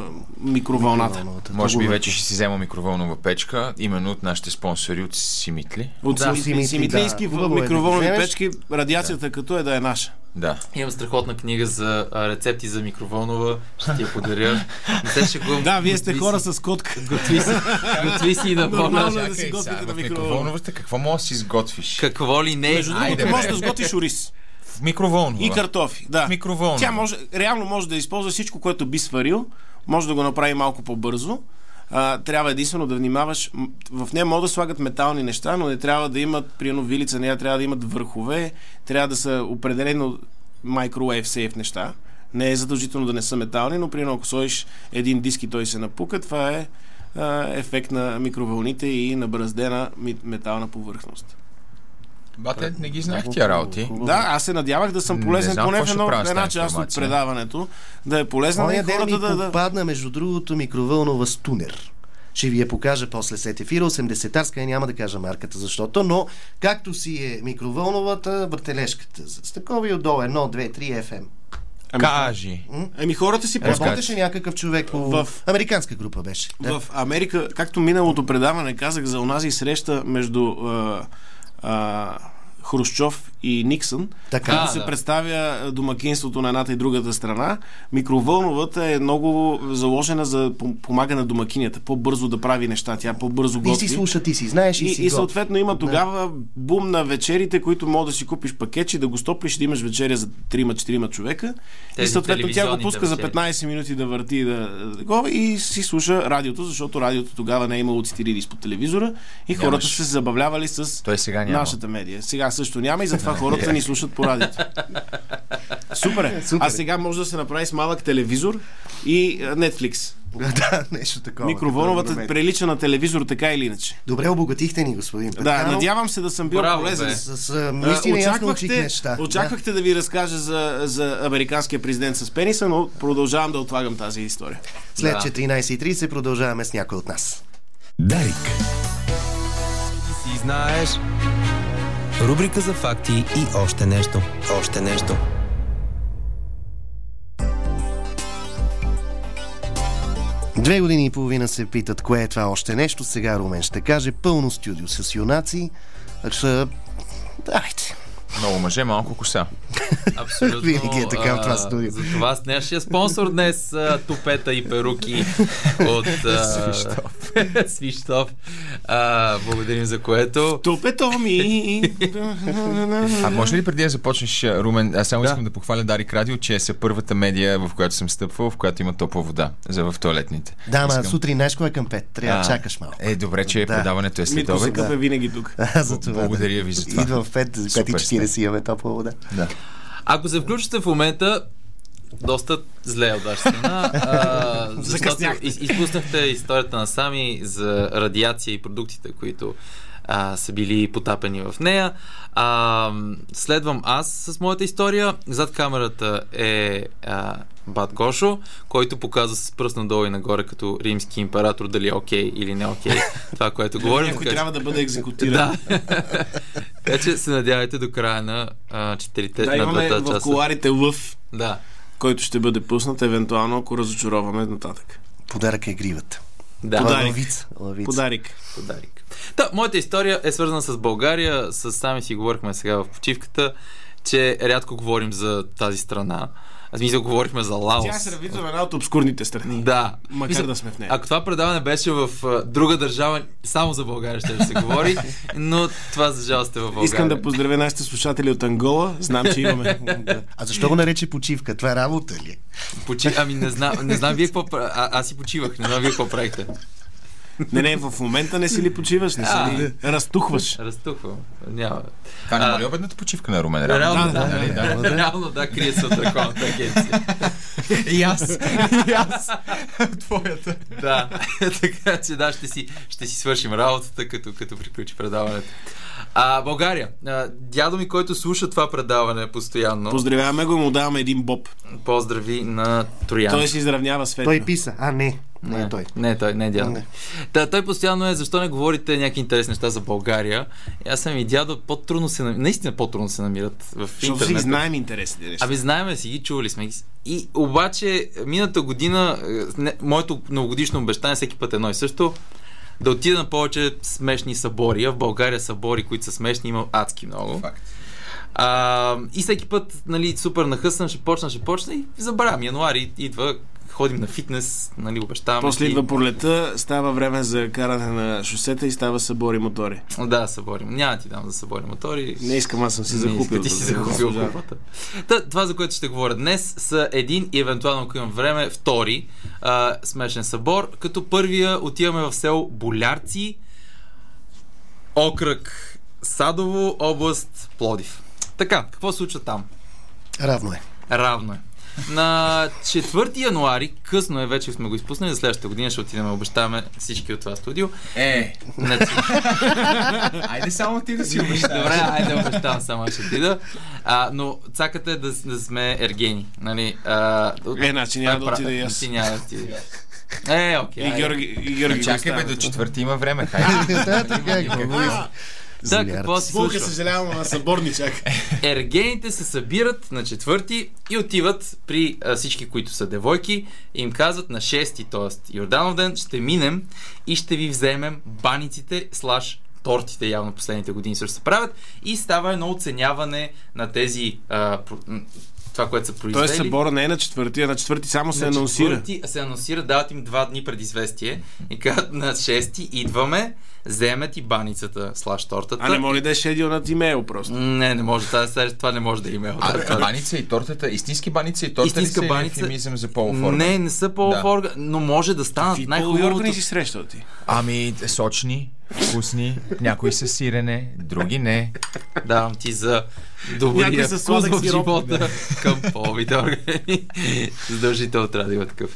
Speaker 2: микровълната.
Speaker 1: Вълната.
Speaker 3: Може би
Speaker 1: Много
Speaker 2: е.
Speaker 3: вече ще си взема микровълнова печка, именно от нашите спонсори от Симитли.
Speaker 2: От
Speaker 1: Да,
Speaker 2: да,
Speaker 1: симитли,
Speaker 2: симитлийски
Speaker 1: да.
Speaker 2: в-
Speaker 1: Хубаво е да
Speaker 2: микроволни
Speaker 1: вземеш.
Speaker 2: печки, радиацията като е да е наша.
Speaker 3: Да.
Speaker 5: Имам страхотна книга за а, рецепти за микроволнова. Ще ти я подаря. Не се шегувам.
Speaker 2: Да, вие сте
Speaker 5: Готви
Speaker 2: хора
Speaker 5: си-
Speaker 2: с котка.
Speaker 5: Готви си, готви си и
Speaker 2: Нормално
Speaker 5: напомня.
Speaker 2: е да си готвите
Speaker 3: сега,
Speaker 2: на
Speaker 3: в
Speaker 2: микровълнова.
Speaker 3: микроволновата какво може да си изготвиш?
Speaker 5: Какво ли
Speaker 1: Е,
Speaker 5: не? е
Speaker 2: Между другото,
Speaker 3: Айде,
Speaker 2: може
Speaker 3: бе.
Speaker 2: да сготвиш ориз
Speaker 3: В микроволнова.
Speaker 2: и картофи. Да.
Speaker 3: В микроволнова.
Speaker 2: Тя може, реално може да използва всичко, което би сварил. Може да го направи малко по-бързо. А, трябва единствено да внимаваш. М, В нея могат да слагат метални неща, но не трябва да имат, примерно, вилица, нея трябва да имат върхове, трябва да са определено microwave safe неща. Не е задължително да не са метални, но примерно ако сложиш един диск и той се напука, това е а, ефект на микровълните и на бръздена ми- метална повърхност.
Speaker 3: Бате, не ги знаех тия работи.
Speaker 1: хубаво.
Speaker 2: Да, аз се надявах да съм
Speaker 3: Не
Speaker 2: полезен
Speaker 3: знам
Speaker 2: поне
Speaker 3: какво
Speaker 2: в
Speaker 3: ще
Speaker 2: едно,
Speaker 3: правя с
Speaker 2: една
Speaker 3: тази
Speaker 2: част от
Speaker 3: информация.
Speaker 2: предаването, да е полезна на
Speaker 1: Оня ден ми
Speaker 2: хората да... да...
Speaker 1: попадна, между другото, микровълнова с тунер. Ще ви я покажа после след ефира. 80-тарска е, няма да кажа марката, защото, но както си е микровълновата, въртележката. С такова и отдолу. 1, 2, 3 FM.
Speaker 2: Ами,
Speaker 3: Кажи.
Speaker 2: Ами хората
Speaker 3: Е,
Speaker 2: си пускат.
Speaker 1: Работеше някакъв човек по...
Speaker 2: В-
Speaker 1: в американска група беше.
Speaker 3: е.
Speaker 2: В Америка, както миналото предаване казах за онази среща между а, а, Хрущов и Никсън,
Speaker 1: Така.
Speaker 2: като
Speaker 5: А,
Speaker 2: се
Speaker 5: да.
Speaker 2: представя домакинството на едната и другата страна, микровълновата е много заложена за пом- помага на домакинята. По-бързо да прави неща, тя по-бързо
Speaker 1: Ти
Speaker 2: готви.
Speaker 1: си слуша, ти си знаеш и,
Speaker 2: И,
Speaker 1: си
Speaker 2: и
Speaker 1: готов.
Speaker 2: съответно има тогава бум на вечерите, които мога да си купиш пакетче, да го стоплиш, да имаш вечеря за 3-4 човека. и
Speaker 5: Тези
Speaker 2: съответно тя го
Speaker 5: телевизионните
Speaker 2: пуска за
Speaker 5: вечери.
Speaker 2: 15 минути да върти и да, да такова и си слуша радиото, защото радиото тогава не е имало 40 по телевизора и
Speaker 3: Нямаш.
Speaker 2: хората са се забавлявали с
Speaker 3: Той сега няма.
Speaker 2: нашата медия. Сега също няма и затова хората ни слушат по радиото. Супер е.
Speaker 1: Супер
Speaker 2: А
Speaker 1: е.
Speaker 2: сега може да се направи с малък телевизор и а, Netflix.
Speaker 1: да, нещо такова.
Speaker 2: Микроволновата
Speaker 1: Добре.
Speaker 2: прилича на телевизор така или иначе.
Speaker 1: Добре, обогатихте ни, господин
Speaker 2: Да,
Speaker 1: Петканов.
Speaker 2: надявам се да съм бил
Speaker 5: Браво,
Speaker 2: полезен.
Speaker 5: бе.
Speaker 1: С, с,
Speaker 2: А,
Speaker 1: наистина ясно научих неща.
Speaker 2: очаквахте да. ви разкажа за, за американския президент с пениса, но продължавам да отлагам тази история.
Speaker 1: Да. След
Speaker 5: Да.
Speaker 1: 14.30 продължаваме с някой от нас.
Speaker 4: Дарик.
Speaker 6: Ти знаеш. Рубрика за факти и още нещо. Още нещо.
Speaker 1: Две години и половина се питат кое е това още нещо. Сега Румен ще каже пълно студио с юнаци. Ще... Дайте.
Speaker 3: Много мъже, малко коса.
Speaker 5: Абсолютно.
Speaker 1: Винаги е така в това
Speaker 5: а,
Speaker 1: студио.
Speaker 5: Затова с нашия спонсор днес а, тупета и перуки от а, Свищов. Свищов. А, благодарим за което.
Speaker 2: Тупето ми!
Speaker 3: А може ли преди да започнеш, а, Румен, аз само искам да похваля Дарик Радио, че е първата медия, в която съм стъпвал, в която има топла вода за в туалетните.
Speaker 1: Да, ма
Speaker 3: Искам-
Speaker 1: сутрин знаеш кое е към пет. Трябва да
Speaker 3: А,
Speaker 1: чакаш малко.
Speaker 3: Е, добре, че
Speaker 1: Да.
Speaker 3: предаването е след
Speaker 2: Митко се
Speaker 3: обед.
Speaker 2: къпе винаги тук.
Speaker 1: За това,
Speaker 3: благодаря ви за това.
Speaker 1: Идва в 5,
Speaker 3: Супер
Speaker 1: 5.40 имаме топла вода.
Speaker 3: Да.
Speaker 5: Ако се включите в момента, доста зле е от ваша страна, а, защото
Speaker 2: Закъсняхте.
Speaker 5: из- изпуснахте историята на Сами за радиация и продуктите, които а, са били потапени в нея. А, м, следвам аз с моята история. Зад камерата е а, Бат Гошо, който показва с пръст надолу и нагоре като римски император дали е окей или не е окей. Това, което говорим.
Speaker 2: Някой
Speaker 5: Така че-
Speaker 2: трябва да бъде екзекутиран.
Speaker 5: Да. така че се надявайте до края на а, четирите
Speaker 2: Да,
Speaker 5: на
Speaker 2: имаме
Speaker 5: двата
Speaker 2: в
Speaker 5: часа.
Speaker 2: коларите лъв,
Speaker 5: Да.
Speaker 2: който ще бъде пуснат, евентуално, ако разочароваме нататък.
Speaker 1: Подарък е гривата.
Speaker 5: Да.
Speaker 2: Подарик.
Speaker 1: Лавица. Лавица.
Speaker 2: Подарик.
Speaker 5: подарик. Та, моята история е свързана с България. С сами си говорихме сега в почивката, че рядко говорим за тази страна. Аз мисля, говорихме за Лаос.
Speaker 2: Тя е сравнително една от обскурните страни.
Speaker 5: Да.
Speaker 2: Макар
Speaker 5: Мисля,
Speaker 2: да сме в нея.
Speaker 5: Ако това предаване беше в а, друга държава, само за България ще се говори, но това за жалост е в България.
Speaker 2: Искам да поздравя нашите слушатели от Ангола. Знам, че имаме. Да.
Speaker 1: А защо го нарече почивка? Това е работа ли? е?
Speaker 5: Почи... Ами не знам, не знам вие какво... пра- А, аз си почивах, не знам вие какво правихте.
Speaker 2: Не, не, в момента не си ли почиваш, не си
Speaker 5: А.
Speaker 2: ли разтухваш.
Speaker 5: Разтухвам. Няма.
Speaker 3: Това няма ли обедната почивка на Румен? Реално?
Speaker 5: Реално, да,
Speaker 3: нали, да.
Speaker 5: да, реално, да, крие се от ръковната агенция.
Speaker 3: И аз. И аз. Твоята.
Speaker 5: Да, така че да, ще си, ще си свършим работата, като, като приключи предаването. А, България. А, дядо ми, който слуша това предаване постоянно,
Speaker 2: Поздравяваме го и му даваме един боб.
Speaker 5: поздрави на Троян.
Speaker 2: Той се изравнява с Федо.
Speaker 1: Той писа. А, не. Не е той.
Speaker 5: Не, той, не е дядо.
Speaker 1: Не.
Speaker 5: Та, той постоянно е, защо не говорите някакви интересни неща за България. И Аз съм и дядо, по-трудно се намират, наистина по-трудно се намират в
Speaker 2: Защото си
Speaker 5: интернет. Ами,
Speaker 2: знаем интересните неща.
Speaker 5: Абе, знаеме си ги, чували сме ги. И обаче, мината година, е, не, моето новогодишно обещание всеки път е едно и също, да отида на повече смешни събори. А в България събори, които са смешни, има адски много.
Speaker 3: Факт.
Speaker 5: А, и всеки път, нали, супер нахъсан, ще почна, ще почна и забравям. Януари идва, ходим на фитнес, нали, обещаваме.
Speaker 2: После
Speaker 5: си.
Speaker 2: идва пролета, става време за каране на шосета и става събори мотори.
Speaker 5: Да, съборим. Няма ти дам за събори мотори.
Speaker 2: Не искам, аз съм си
Speaker 5: Не
Speaker 2: закупил.
Speaker 5: иска, Ти си
Speaker 2: този
Speaker 5: закупил
Speaker 2: заслужава.
Speaker 5: купата. Та, това, за което ще говоря днес, са един и евентуално, ако имам време, втори а, смешен събор. Като първия отиваме в село Болярци, окръг Садово, област Плодив. Така, какво се случва там?
Speaker 1: Равно е.
Speaker 5: Равно е. На 4 януари, късно е, вече сме го изпуснали, за следващата година ще отидем, обещаваме всички от това студио.
Speaker 3: Е,
Speaker 5: На
Speaker 3: айде само ти да си обещаваш.
Speaker 5: Добре, айде обещавам само, аз ще отида. А, но цаката е да, да сме ергени. Нали, а, от-
Speaker 2: Е, значи няма да
Speaker 5: това е
Speaker 2: отида и
Speaker 5: пра-
Speaker 2: аз.
Speaker 5: Ти няма да отида. Е, окей.
Speaker 2: И
Speaker 5: айде.
Speaker 2: Георги, и Георги.
Speaker 3: Чакай бе,
Speaker 2: го
Speaker 3: до
Speaker 2: става.
Speaker 3: четвърти има време. Хайде.
Speaker 1: Да, така е. какво е.
Speaker 5: Да,
Speaker 1: Золярци.
Speaker 5: какво се
Speaker 2: Булка,
Speaker 5: случва?
Speaker 2: съжалявам, на съборни чак.
Speaker 5: Ергените се събират на четвърти и отиват при а, всички, които са девойки, и им казват на шести, т.е. Йорданов ден, ще минем и ще ви вземем баниците слаш тортите явно последните години също се правят и става едно оценяване на тези а, про- м, това, което са произвели.
Speaker 2: Тоест събора не е на четвърти, а на четвърти само се
Speaker 5: На
Speaker 2: анонсира.
Speaker 5: четвърти се анонсира, дават им два дни предизвестие и казват на 6 идваме, вземат и баницата слаш тортата.
Speaker 2: А не може ли да е шедил над имейл просто?
Speaker 5: Не, не може. Тази среща това не може да е имейл. Това-
Speaker 3: А, баница и тортата, истински баница и тортата
Speaker 5: Истинска
Speaker 3: ли са
Speaker 5: баница-
Speaker 3: ефемизъм за полуформа?
Speaker 5: Не, не са по-оформа, но може да станат
Speaker 2: Ти Пол
Speaker 5: най-хубавото.
Speaker 2: не си срещал ти.
Speaker 3: Ами, сочни, вкусни, някои са сирене, други не.
Speaker 5: Давам ти за добрия
Speaker 2: Някой със
Speaker 5: вкус
Speaker 2: сладък
Speaker 5: в
Speaker 2: сироп,
Speaker 5: живота към половите органи. Задължително трябва да има такъв.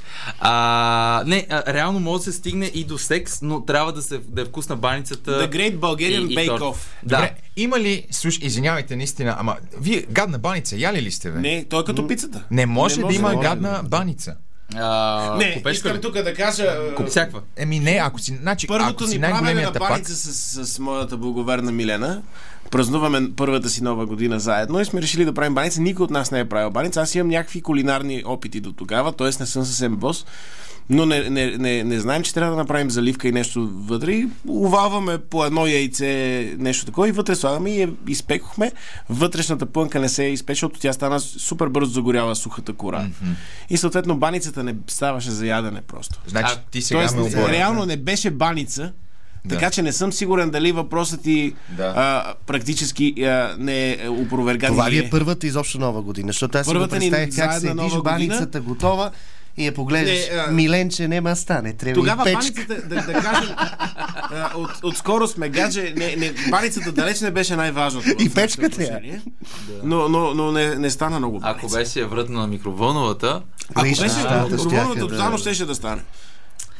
Speaker 5: А, не, а, реално може да се стигне и до секс, но трябва да, се, да е вкус на баницата.
Speaker 2: The Great Bulgarian
Speaker 5: и- и
Speaker 2: Bake
Speaker 5: торт.
Speaker 2: Off.
Speaker 5: Да.
Speaker 3: Добре, има ли, слушай, извинявайте наистина, ама вие гадна баница, яли ли сте бе?
Speaker 2: Не, той е като пицата.
Speaker 3: Не може,
Speaker 2: Не може, е.
Speaker 3: да има
Speaker 1: не може,
Speaker 3: гадна баница.
Speaker 5: А,
Speaker 2: Не,
Speaker 5: купешка
Speaker 2: искам
Speaker 5: ли?
Speaker 2: тук да кажа... е,
Speaker 5: Всяква.
Speaker 3: Еми не, ако си, значи,
Speaker 2: Първото
Speaker 3: ако си
Speaker 2: ни правене на
Speaker 3: най-големият пак,
Speaker 2: баница с, с моята благоверна Милена. Празнуваме първата си нова година заедно и сме решили да правим баница. Никой от нас не е правил баница. Аз имам някакви кулинарни опити до тогава, т.е. не съм съвсем бос. Но не, не, не, не знаем, че трябва да направим заливка и нещо вътре. И Оваваме по едно яйце, нещо такова и вътре слагаме и я изпекохме. Вътрешната плънка не се изпече, защото тя стана супер бързо загоряла сухата кора. И съответно баницата не ставаше за ядене просто.
Speaker 3: значи
Speaker 5: А, е
Speaker 3: ти сега
Speaker 2: Тоест,
Speaker 3: ме обори.
Speaker 2: реално не беше баница.
Speaker 3: Да.
Speaker 2: Така че не съм сигурен дали въпросът ти
Speaker 3: Да.
Speaker 2: а, практически а, не е опроверган.
Speaker 1: Това
Speaker 2: или
Speaker 1: ли е
Speaker 2: е.
Speaker 1: първата изобщо нова година? Защото аз си го
Speaker 2: Първата ни
Speaker 1: представих как
Speaker 2: заедна
Speaker 1: седиш,
Speaker 2: нова
Speaker 1: баницата готова и я погледаш.
Speaker 2: Не, а-
Speaker 1: Миленче, нема стане. Трябва
Speaker 2: Тогава
Speaker 1: и печка.
Speaker 2: баницата, да, да кажем, а, от, от скоро сме гадже, не, не, баницата далеч не беше най-важното. в
Speaker 1: И
Speaker 2: нашите
Speaker 1: печката е. я.
Speaker 2: отношения. Но, но, но не, не стана много баница.
Speaker 5: Ако беше врътна на микровълновата,
Speaker 2: Ако
Speaker 1: Гриш,
Speaker 2: беше,
Speaker 1: нещата
Speaker 2: ако
Speaker 1: щяха
Speaker 2: беше,
Speaker 1: да-
Speaker 2: тотално щеше да стане.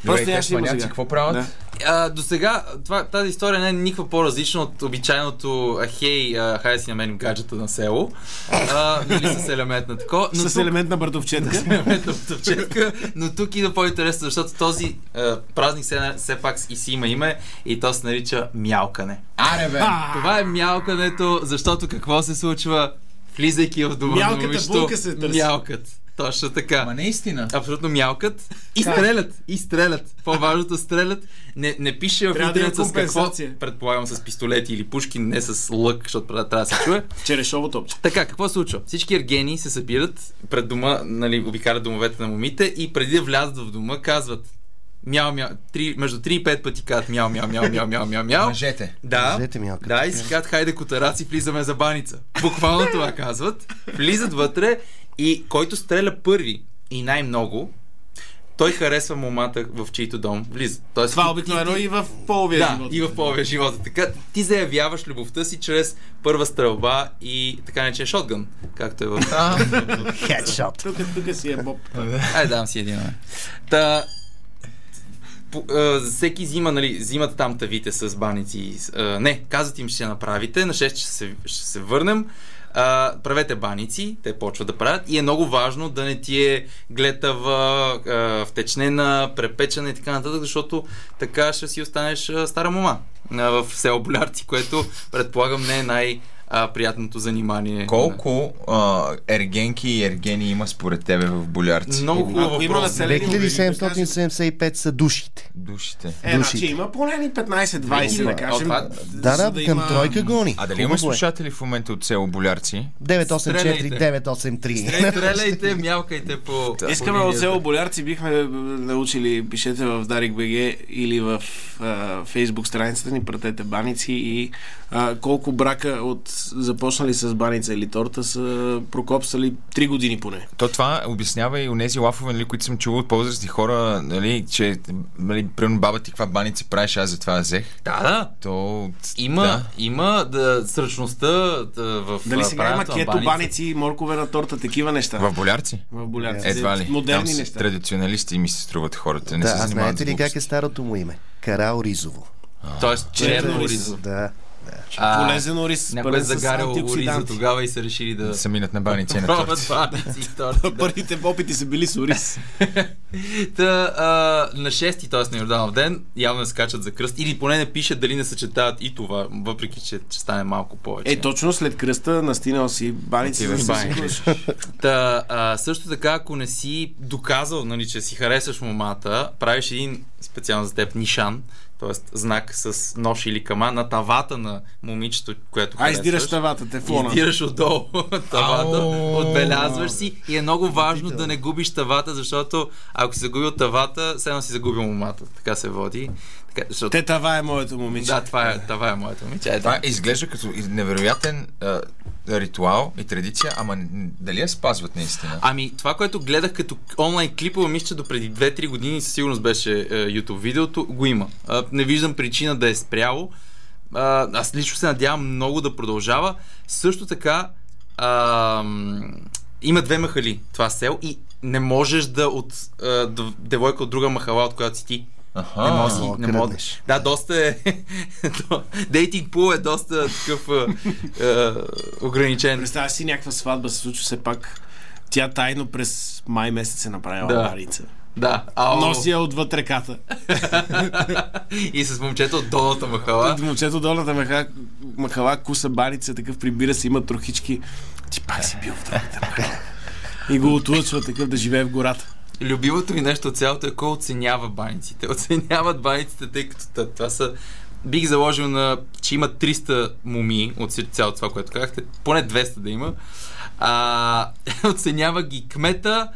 Speaker 3: Добре,
Speaker 2: Просто
Speaker 3: те
Speaker 2: аз ще има
Speaker 3: сваняци,
Speaker 2: сега.
Speaker 3: какво правят?
Speaker 5: а, до сега това- тази история не е никаква по-различна от обичайното а, хей, а, хайде си намерим гаджета на село. А, нали, с елемент на такова. Но
Speaker 2: С
Speaker 5: тук,
Speaker 2: елемент на бърдовчетка.
Speaker 5: елемент на тъпчетка, но тук идва по-интересно, защото този а, празник все, все пак и си има име и то се нарича мялкане.
Speaker 3: Аре бе!
Speaker 5: Това е мялкането, защото какво се случва? Влизайки в дома на
Speaker 2: Мялката
Speaker 5: момичето,
Speaker 2: булка се търси.
Speaker 5: Мялкат. Точно така.
Speaker 3: Ма наистина.
Speaker 5: Абсолютно мялкат. И стрелят. И стрелят. По-важното стрелят. Не, не пише в
Speaker 2: Трябва да
Speaker 5: интернет
Speaker 2: има
Speaker 5: с какво.
Speaker 2: компенсация.
Speaker 5: Предполагам с пистолети или пушки, не с лък, защото трябва да се чуе.
Speaker 2: Черешово топче.
Speaker 5: Така, какво се случва? Всички ергени се събират пред дома, нали, обикалят домовете на момите и преди да влязат в дома казват мяу, мяу, три, между 3 и 5 пъти казват мяу, мяу, мяу, мяу, мяу, мяу, мяу.
Speaker 3: Мъжете.
Speaker 5: Да,
Speaker 1: Мъжете мялкат.
Speaker 5: да, и си казват, хайде котараци, влизаме за баница. Буквално това казват. Влизат вътре и който стреля първи и най-много, той харесва момата, в чийто дом влиза. Тоест,
Speaker 2: Това
Speaker 5: ти-
Speaker 2: обикновено е
Speaker 5: ти-
Speaker 2: и в половия
Speaker 5: да,
Speaker 2: живот.
Speaker 5: и в половия живот. Така, ти заявяваш любовта си чрез първа стрелба и така не че шотгън, както е в...
Speaker 3: А,
Speaker 1: Хедшот.
Speaker 2: Тук, тук си е Боб.
Speaker 5: Ай, давам си един. бе. Та, по, а, всеки взима, нали, взимат там тавите с баници. и с- А, не, казват им, ще я направите, на 6 ще се, ще се върнем. А, правете баници, те почват да правят и е много важно да не ти е глетава, а, втечнена, препечена и така нататък, защото така ще си останеш а, стара мома а, в село Болярци, което предполагам не е най- а, приятното занимание.
Speaker 3: колко а, ергенки и ергени има според тебе в болярци?
Speaker 5: Много
Speaker 3: Или
Speaker 5: хубав
Speaker 2: Ако има
Speaker 5: въпрос.
Speaker 2: население, обикновено
Speaker 1: 2775 са душите.
Speaker 3: Душите.
Speaker 2: Е, значи
Speaker 1: душите.
Speaker 2: има поне ни 15-20, да
Speaker 5: Има.
Speaker 2: кажем.
Speaker 5: От това-
Speaker 2: за
Speaker 1: Да, да, към
Speaker 2: има-
Speaker 1: тройка гони. е.
Speaker 3: А дали
Speaker 5: е.
Speaker 3: имаш слушатели в момента от село Болярци?
Speaker 1: 984-983.
Speaker 5: Стреляйте, мялкайте по... по
Speaker 2: Искаме от
Speaker 5: линията.
Speaker 2: село Болярци, бихме е, научили, пишете в Дарик БГ или в а, Фейсбук страницата ни, пратете баници и а, колко брака от започнали с баница или торта са прокопсали 3 години поне.
Speaker 5: Е,
Speaker 3: То това обяснява и онези лафове, нали, които съм чувал от по-възрастни хора, нали, че нали, примерно баба ти каква баница правиш, аз за това я взех.
Speaker 5: Да, да.
Speaker 3: То...
Speaker 5: Има,
Speaker 3: Да.
Speaker 5: да. има да, сръчността да, в
Speaker 2: Дали
Speaker 5: а,
Speaker 2: сега има
Speaker 5: правенето на
Speaker 2: кето,
Speaker 5: баница.
Speaker 2: баници, моркове на торта, такива неща
Speaker 3: В
Speaker 2: в,
Speaker 3: Болярци?
Speaker 2: Болярци?
Speaker 3: Едва ли.
Speaker 2: Модерни
Speaker 3: Там
Speaker 2: неща.
Speaker 3: Традиционалисти ми се струват хората. Не
Speaker 1: Да,
Speaker 3: се
Speaker 1: а
Speaker 3: занимават
Speaker 1: знаете ли
Speaker 3: с
Speaker 1: как е старото му име? Карал Ризово.
Speaker 5: Тоест черно
Speaker 2: Черно
Speaker 5: оризо.
Speaker 1: Да.
Speaker 5: А,
Speaker 2: Полезен ориз,
Speaker 5: Някой е
Speaker 2: пълен с
Speaker 5: загарял оризо
Speaker 2: антиоксиданти.
Speaker 5: тогава и са решили да
Speaker 1: е
Speaker 3: глупости. Са минат на баници и на
Speaker 5: пробват
Speaker 3: торти.
Speaker 5: баници и торти. да.
Speaker 2: Първите опити са били с ориз.
Speaker 5: Та, а, на 6, т.е. на Йорданов ден, явно не скачат за кръст или поне не пишат дали не съчетават и това, въпреки че ще стане малко повече.
Speaker 2: Е, точно след кръста настинал си баници.
Speaker 3: Отиваш
Speaker 2: за да си
Speaker 3: баници.
Speaker 2: сложиш.
Speaker 5: Та, а, също така, ако не си доказал, нали, че си харесваш момата, правиш един специално за теб нишан, т.е. знак с нож или кама на тавата на момичето, което
Speaker 2: А,
Speaker 5: харесваш.
Speaker 2: издираш тавата, тефлона.
Speaker 5: Издираш отдолу тавата,
Speaker 3: Ау.
Speaker 5: отбелязваш си и е много важно да не губиш тавата, защото ако си загубил тавата, все едно си загубил момата. Така се води. Така, защото...
Speaker 2: Те това е моето момиче.
Speaker 5: Да, това е, това е моето момиче. Е,
Speaker 3: Това изглежда като невероятен а, ритуал и традиция, ама н- дали я спазват наистина?
Speaker 5: Ами, това, което гледах като онлайн клипове, мисля, че до преди 2-3 години със сигурност беше е, YouTube видеото, го има. А, не виждам причина да е спряло. А, аз лично се надявам много да продължава. Също така, а, има две махали това село и не можеш да от а, да- девойка от друга махала, от която си ти.
Speaker 3: Аха.
Speaker 5: Не може си,
Speaker 1: О,
Speaker 5: не може.
Speaker 1: кръднеш.
Speaker 5: Да, доста е. до- Дейтинг пул е доста такъв а, а, ограничен.
Speaker 2: Представяш си някаква сватба се случва все пак. Тя тайно през май месец е направила
Speaker 5: Да.
Speaker 2: да. барица.
Speaker 5: Да. Ау.
Speaker 2: Носи я отвъд ръката.
Speaker 5: И с момчето от долната махала.
Speaker 2: Момчето долната махала, махала куса барица, такъв прибира се, има трохички. Ти пак си бил в другата махала. И го отлъчва такъв да живее в гората.
Speaker 5: Любимото ми нещо от цялото е кой оценява баниците. Оценяват баниците, тъй като та- това са... Бих заложил на, че има 300 моми от всичко- цялото това, което казахте. Поне 200 да има. А, оценява ги кмета,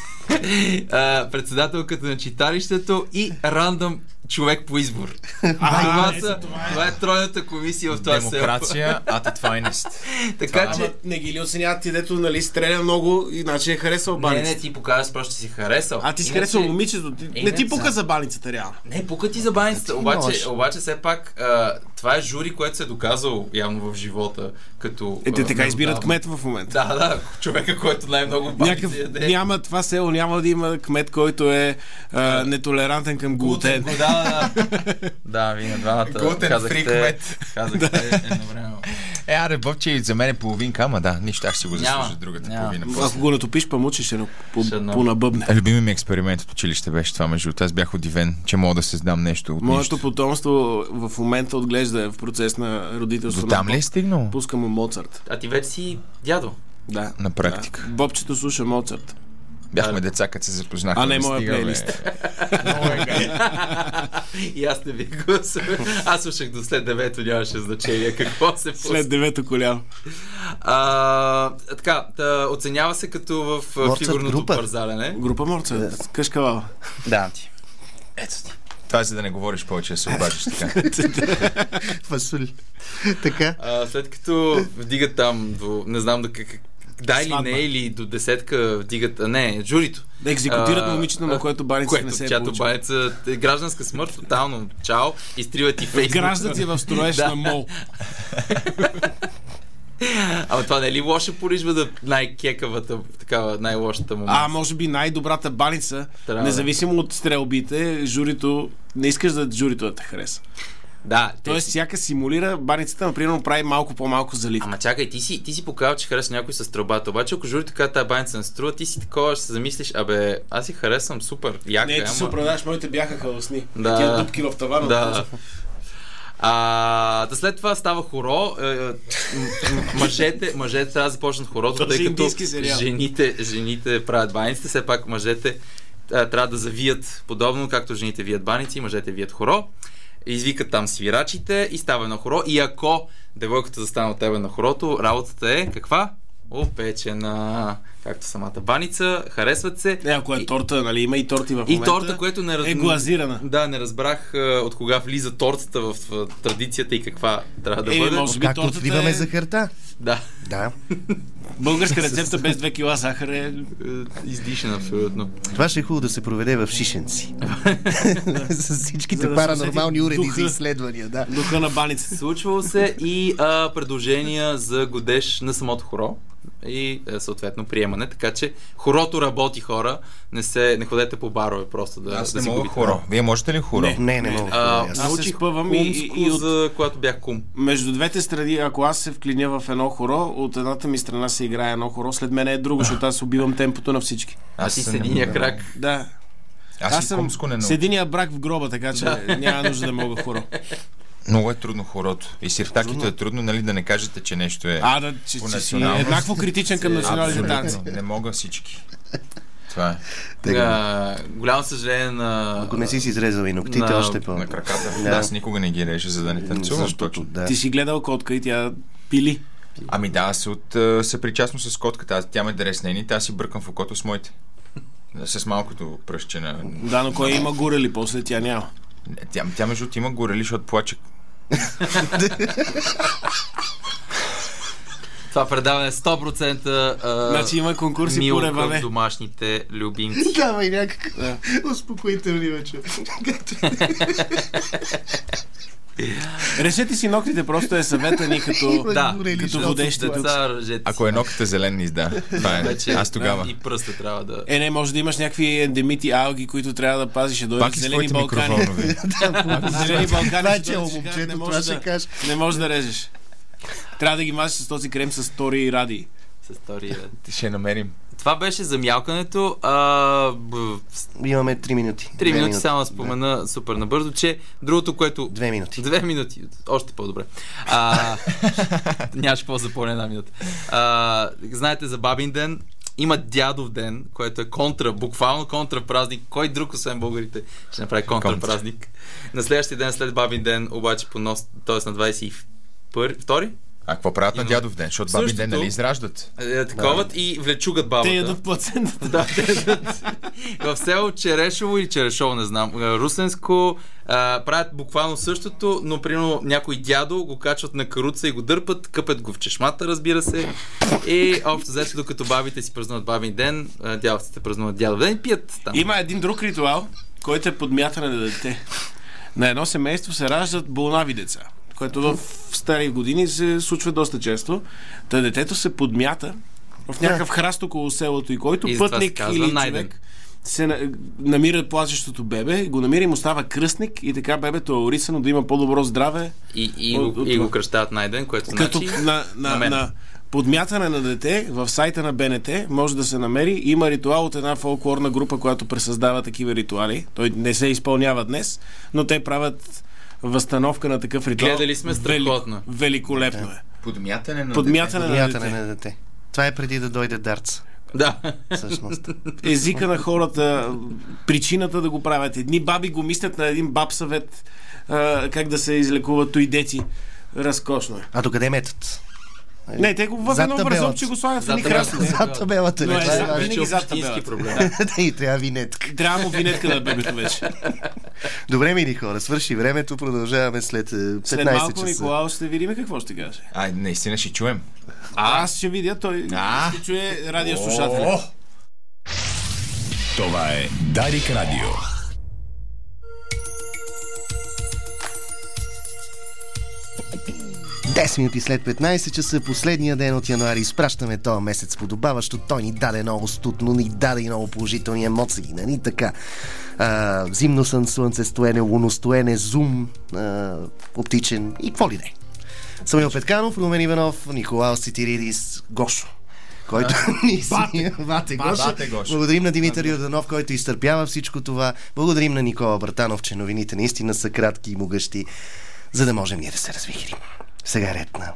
Speaker 5: а, председателката на читалището и рандъм човек по избор. това, са, това е тройната комисия в това село.
Speaker 3: Демокрация, а те това е нест.
Speaker 5: Така че
Speaker 2: не ги ли оценяват ти, дето нали, стреля много, иначе е харесал
Speaker 5: не,
Speaker 2: баницата.
Speaker 5: не, ти показваш, просто че си харесал.
Speaker 2: А ти си
Speaker 5: Иначе-
Speaker 2: харесал момичето. Ти, не ти
Speaker 5: Иначе-
Speaker 2: пука за баницата, реално.
Speaker 5: Не, пука ти за баницата.
Speaker 1: можеш.
Speaker 5: Значи, Обаче, обаче все пак а, това е жури, което се е доказало явно в живота. Като,
Speaker 2: Е, те
Speaker 5: а,
Speaker 2: така избират
Speaker 5: меродавно.
Speaker 2: кмет в момента.
Speaker 5: Да, е, да, човека, който най-много баници
Speaker 2: Някакъв,
Speaker 5: яде.
Speaker 2: няма това село, няма да има кмет, който е а, нетолерантен към
Speaker 5: Глутен,
Speaker 2: глутен.
Speaker 5: го, да, да. да, вие на двамата
Speaker 3: Глутен-фри
Speaker 5: казахте,
Speaker 3: кмет.
Speaker 5: казахте едновременно.
Speaker 3: Е, аре, Бобче, за мен е половинка, ама да, нищо, аз ще го заслужа
Speaker 5: Няма,
Speaker 3: другата
Speaker 5: няма.
Speaker 3: половина.
Speaker 2: Ако го натопиш, памуче ще
Speaker 5: Ще едно.
Speaker 2: понабъбне.
Speaker 3: А, Любими ми експеримент от училище беше това, между другото. Аз бях удивен, че мога да създам нещо от
Speaker 2: Моето
Speaker 3: нищо.
Speaker 2: потомство в момента отглежда е в процес на родителство.
Speaker 3: До там
Speaker 2: на
Speaker 3: ли е стигнал?
Speaker 2: Пускам му Моцарт.
Speaker 5: А ти вече си дядо.
Speaker 2: Да.
Speaker 3: На практика.
Speaker 2: Да. Бобчето слуша Моцарт.
Speaker 3: Бяхме деца, като се запознахме.
Speaker 2: А, не,
Speaker 3: да
Speaker 2: моя
Speaker 3: стигаме.
Speaker 2: плейлист.
Speaker 5: И аз не ви гласувах. Аз слушах до след 9 нямаше значение какво се пусна.
Speaker 2: След девето коляно.
Speaker 5: А, така, та, оценява се като в а,
Speaker 1: Морцът
Speaker 5: фигурното
Speaker 1: група.
Speaker 5: парзалене.
Speaker 2: Група Моцарт. Къшкавала.
Speaker 3: Да, ти. Е. Ето ти. Това е за да не говориш повече, да се обажиш така.
Speaker 1: Фасули. така.
Speaker 5: А, след като вдигат там до, не знам до как, да или
Speaker 2: Сватба.
Speaker 5: не, или до десетка вдигат, а не, журито.
Speaker 2: Да екзекутират
Speaker 5: А,
Speaker 2: момичето, на
Speaker 5: а,
Speaker 2: което баница
Speaker 5: Което,
Speaker 2: не се е
Speaker 5: чиято
Speaker 2: получила.
Speaker 5: баница, е гражданска смърт, тотално, чао,
Speaker 2: Е,
Speaker 5: изтриват и фейсбук.
Speaker 2: Граждат я в строеж
Speaker 5: Да.
Speaker 2: на мол.
Speaker 5: Ама това не е ли лоша порижба да най-кекавата, такава, най-лошата му?
Speaker 2: А, може би най-добрата баница,
Speaker 5: Трябва да.
Speaker 2: независимо от стрелбите, журито, не искаш да журито да те хареса.
Speaker 5: да, те-
Speaker 2: Тоест, всяка симулира баницата, например, прави малко по-малко залив.
Speaker 5: Ама чакай, ти си, ти си показал, че харесва някой с тръбата. Обаче, ако журито така тази баница не струва, ти си такова ще се замислиш, абе, аз си харесвам, супер, яка
Speaker 2: Не,
Speaker 5: е,
Speaker 2: ти се
Speaker 5: ама...
Speaker 2: оправдаш, моите бяха халосни.
Speaker 5: Да.
Speaker 2: Тия дупки в тавана.
Speaker 5: Да. А, да след това става хоро. Е, е, м- м- мъжете, мъжете трябва да започнат хорото,
Speaker 2: Този
Speaker 5: тъй като
Speaker 2: индийски сериал.
Speaker 5: жените, жените правят баниците, все пак мъжете а, трябва да завият подобно, както жените вият баници, мъжете вият хоро. Извикат там свирачите и става едно хоро. И ако девойката застане от тебе на хорото, работата е каква? Опечена. Както самата баница, харесват се.
Speaker 2: Е, ако е
Speaker 5: И-
Speaker 2: торта, нали, има и торти в момента.
Speaker 5: и торта, което не раз-
Speaker 2: е глазирана.
Speaker 5: Да, не разбрах а, от кога влиза тортата в а, традицията и каква трябва да
Speaker 2: Е,
Speaker 5: бъде.
Speaker 2: може би
Speaker 1: Както
Speaker 2: тортата
Speaker 1: отриваме
Speaker 2: е...
Speaker 1: захарта.
Speaker 5: Да,
Speaker 1: Да.
Speaker 2: Българска рецепта без 2 кила захар е...
Speaker 5: Е, издишен абсолютно.
Speaker 1: Това ще е хубаво да се проведе в Шишенци. С всичките
Speaker 2: За да се
Speaker 1: паранормални
Speaker 2: усети
Speaker 1: уреди
Speaker 2: духа.
Speaker 1: за изследвания, да.
Speaker 2: Духа на баницата.
Speaker 5: Случвало се и а, предложения за годеж на самото хоро и е, съответно приемане. Така че хорото работи хора, не, се, не ходете по барове просто да,
Speaker 3: Аз
Speaker 5: да
Speaker 3: не
Speaker 5: си
Speaker 3: мога
Speaker 5: губите.
Speaker 3: хоро. Вие можете ли хоро?
Speaker 2: Не.
Speaker 1: Не, не мога.
Speaker 5: А,
Speaker 1: аз.
Speaker 2: се
Speaker 5: научих
Speaker 2: спъвам
Speaker 5: кумско,
Speaker 2: и-
Speaker 5: и,
Speaker 2: и от-
Speaker 5: за когато бях кум.
Speaker 2: Между двете страни, ако аз се вклиня в едно хоро, от едната ми страна се играе едно хоро, след мен е друго, защото аз убивам темпото на всички.
Speaker 5: А ти с
Speaker 3: не
Speaker 5: единия
Speaker 3: мога.
Speaker 5: крак.
Speaker 2: Да.
Speaker 3: Аз, и кумско не
Speaker 2: с
Speaker 3: научих.
Speaker 2: единия брак в гроба, така че няма нужда да мога хоро.
Speaker 3: Много е трудно хорото. И сиртакито е трудно, нали, да не кажете, че нещо е...
Speaker 2: А, да, че,
Speaker 3: По
Speaker 2: че си
Speaker 3: националност.
Speaker 2: еднакво критичен към националните танци.
Speaker 3: Абсолютно. Не мога всички. Това е.
Speaker 5: А, голямо съжаление на...
Speaker 1: Ако не си си изрезал и ноктите,
Speaker 5: На-
Speaker 1: още по...
Speaker 3: На краката.
Speaker 1: Да.
Speaker 3: Аз никога не ги реша, за да не танцувам.
Speaker 1: Защото,
Speaker 3: точно.
Speaker 1: да.
Speaker 2: Ти си гледал котка и тя пили.
Speaker 3: Ами да, аз от а, съпричастно с котката. Аз, тя ме дреснени, нейните, аз си бъркам в окото с моите. С малкото пръще на...
Speaker 2: Да, но кой има горели, после тя няма.
Speaker 3: Не, Тя, тя между другото има горели, защото плаче.
Speaker 5: Това предаване е 100% а,
Speaker 2: Значи има конкурси
Speaker 5: мило
Speaker 2: по
Speaker 5: към
Speaker 2: реване.
Speaker 5: домашните любимци.
Speaker 1: Дава и някакво успокоителни вече.
Speaker 2: Решете си ноктите, просто е съвета ни като...
Speaker 5: Да,
Speaker 2: като
Speaker 5: Защото
Speaker 2: водещите тук.
Speaker 5: деца, ръжете
Speaker 3: Ако е ноката зелен, изда. Това е.
Speaker 5: Вече
Speaker 3: Аз тогава.
Speaker 5: Значи, И пръста трябва да...
Speaker 2: Е, не, може да имаш някакви ендемити алги, които трябва да пазиш. Ще дойдат
Speaker 3: Пак и
Speaker 2: зелени
Speaker 3: своите
Speaker 2: Балкани.
Speaker 3: микрофонови.
Speaker 2: Зелени Балкани. ще
Speaker 1: Значи,
Speaker 2: дойдат, ще кажат,
Speaker 1: момчето,
Speaker 2: не
Speaker 1: това
Speaker 2: можеш
Speaker 1: ще
Speaker 2: да,
Speaker 1: кажеш.
Speaker 2: не можеш да режеш. Трябва да ги мажеш с този крем с тори и ради.
Speaker 5: С втори ред.
Speaker 3: Ще намерим.
Speaker 5: Това беше замялкането. А, б-
Speaker 1: Имаме 3 минути.
Speaker 5: три
Speaker 1: Две
Speaker 5: минути само да спомена супер набързо, че другото, което...
Speaker 1: Да. Две минути.
Speaker 5: Две минути. Още по-добре. А, нямаше по за поне една минута. А, знаете за Бабин ден. Има дядов ден, което е контра, буквално контра празник. Кой друг, освен българите, ще направи контра
Speaker 3: Контра.
Speaker 5: празник? На следващия ден след Бабин ден, обаче по нос, т.е. на 21 втори,
Speaker 3: А какво правят на
Speaker 5: Има.
Speaker 3: дядов ден? Защото баби ден,
Speaker 5: Същото.
Speaker 3: нали, израждат.
Speaker 5: е, таковат и влечугат бабата.
Speaker 2: Те ядат плацентата.
Speaker 5: Да, те ядат. В село Черешово или Черешово, не знам, а, Русенско, а, правят буквално същото, но примерно някой дядо го качват на каруца и го дърпат, къпят го в чешмата, разбира се. И общо взето, докато бабите си празнуват бабин ден, а, дядовците празнуват дядов ден и пият там.
Speaker 2: Има един друг ритуал, който е подмятане на дете. На едно семейство се раждат болнави деца, което в стари години се случва доста често. Та детето се подмята в някакъв храст около селото и който
Speaker 5: И затова
Speaker 2: пътник
Speaker 5: се казва
Speaker 2: или
Speaker 5: Найден.
Speaker 2: човек се на- намира плачещото бебе, го намира и му става кръстник и така бебето е орисано да има по-добро здраве,
Speaker 5: И, и,
Speaker 2: От-
Speaker 5: го,
Speaker 2: от-
Speaker 5: и го кръщават най-ден, което
Speaker 2: като
Speaker 5: значи...
Speaker 2: на, на,
Speaker 5: на
Speaker 2: на,
Speaker 5: мен.
Speaker 2: подмятане на дете в сайта на БНТ може да се намери. Има ритуал от една фолклорна група, която пресъздава такива ритуали. Той не се изпълнява днес, но те правят възстановка на такъв ритуал.
Speaker 5: Гледали сме
Speaker 2: Вели-
Speaker 5: страхотно.
Speaker 2: великолепно е.
Speaker 3: Подмятане на
Speaker 2: Подмятане на
Speaker 1: Мятане
Speaker 2: дете.
Speaker 1: на дете. Това е преди да дойде дарц,
Speaker 5: Да.
Speaker 2: Е,
Speaker 1: всъщност.
Speaker 2: езика на хората, причината да го правят. Едни баби го мислят на един баб съвет а, как да се излекуват туидети. Разкошно е.
Speaker 1: А докъде метът?
Speaker 2: Не, те го в
Speaker 1: Зад
Speaker 2: едно
Speaker 1: табелата.
Speaker 2: бързопче го слагат в
Speaker 5: Зад
Speaker 2: едни краски.
Speaker 1: Зад табелата.
Speaker 2: Но е,
Speaker 1: не, това е
Speaker 2: зад-
Speaker 1: важно.
Speaker 2: винаги зад
Speaker 5: общински
Speaker 2: табелата.
Speaker 5: проблем.
Speaker 1: И трябва винетка.
Speaker 2: Трябва му винетка да е бебето вече.
Speaker 1: Добре, мили хора, свърши времето, продължаваме след е, 15
Speaker 2: След малко
Speaker 1: часа.
Speaker 2: Николао ще видим какво ще каже.
Speaker 3: А, наистина ще чуем.
Speaker 2: А, аз ще видя той.
Speaker 3: А.
Speaker 2: Ще чуе радиослушателя.
Speaker 3: О!
Speaker 4: Това е Дарик Радио.
Speaker 1: Десет минути след 15 часа, последния ден от януари, изпращаме този месец подобаващо. Той ни даде много студно, ни даде и много положителни емоции, нали така? А, зимно сън, слънце, стоене, луностоене, зум, а, оптичен и какво ли не. Самил Петканов, Румен Иванов, Николао Ситиридис, Гошо. Който ни си... Бате,
Speaker 3: Е, Бате Гошо.
Speaker 1: Благодарим на Димитър Йорданов, който изтърпява всичко това. Благодарим на Никола Братанов, че новините наистина са кратки и могъщи, за да можем ние да се развихрим. Сега е ред на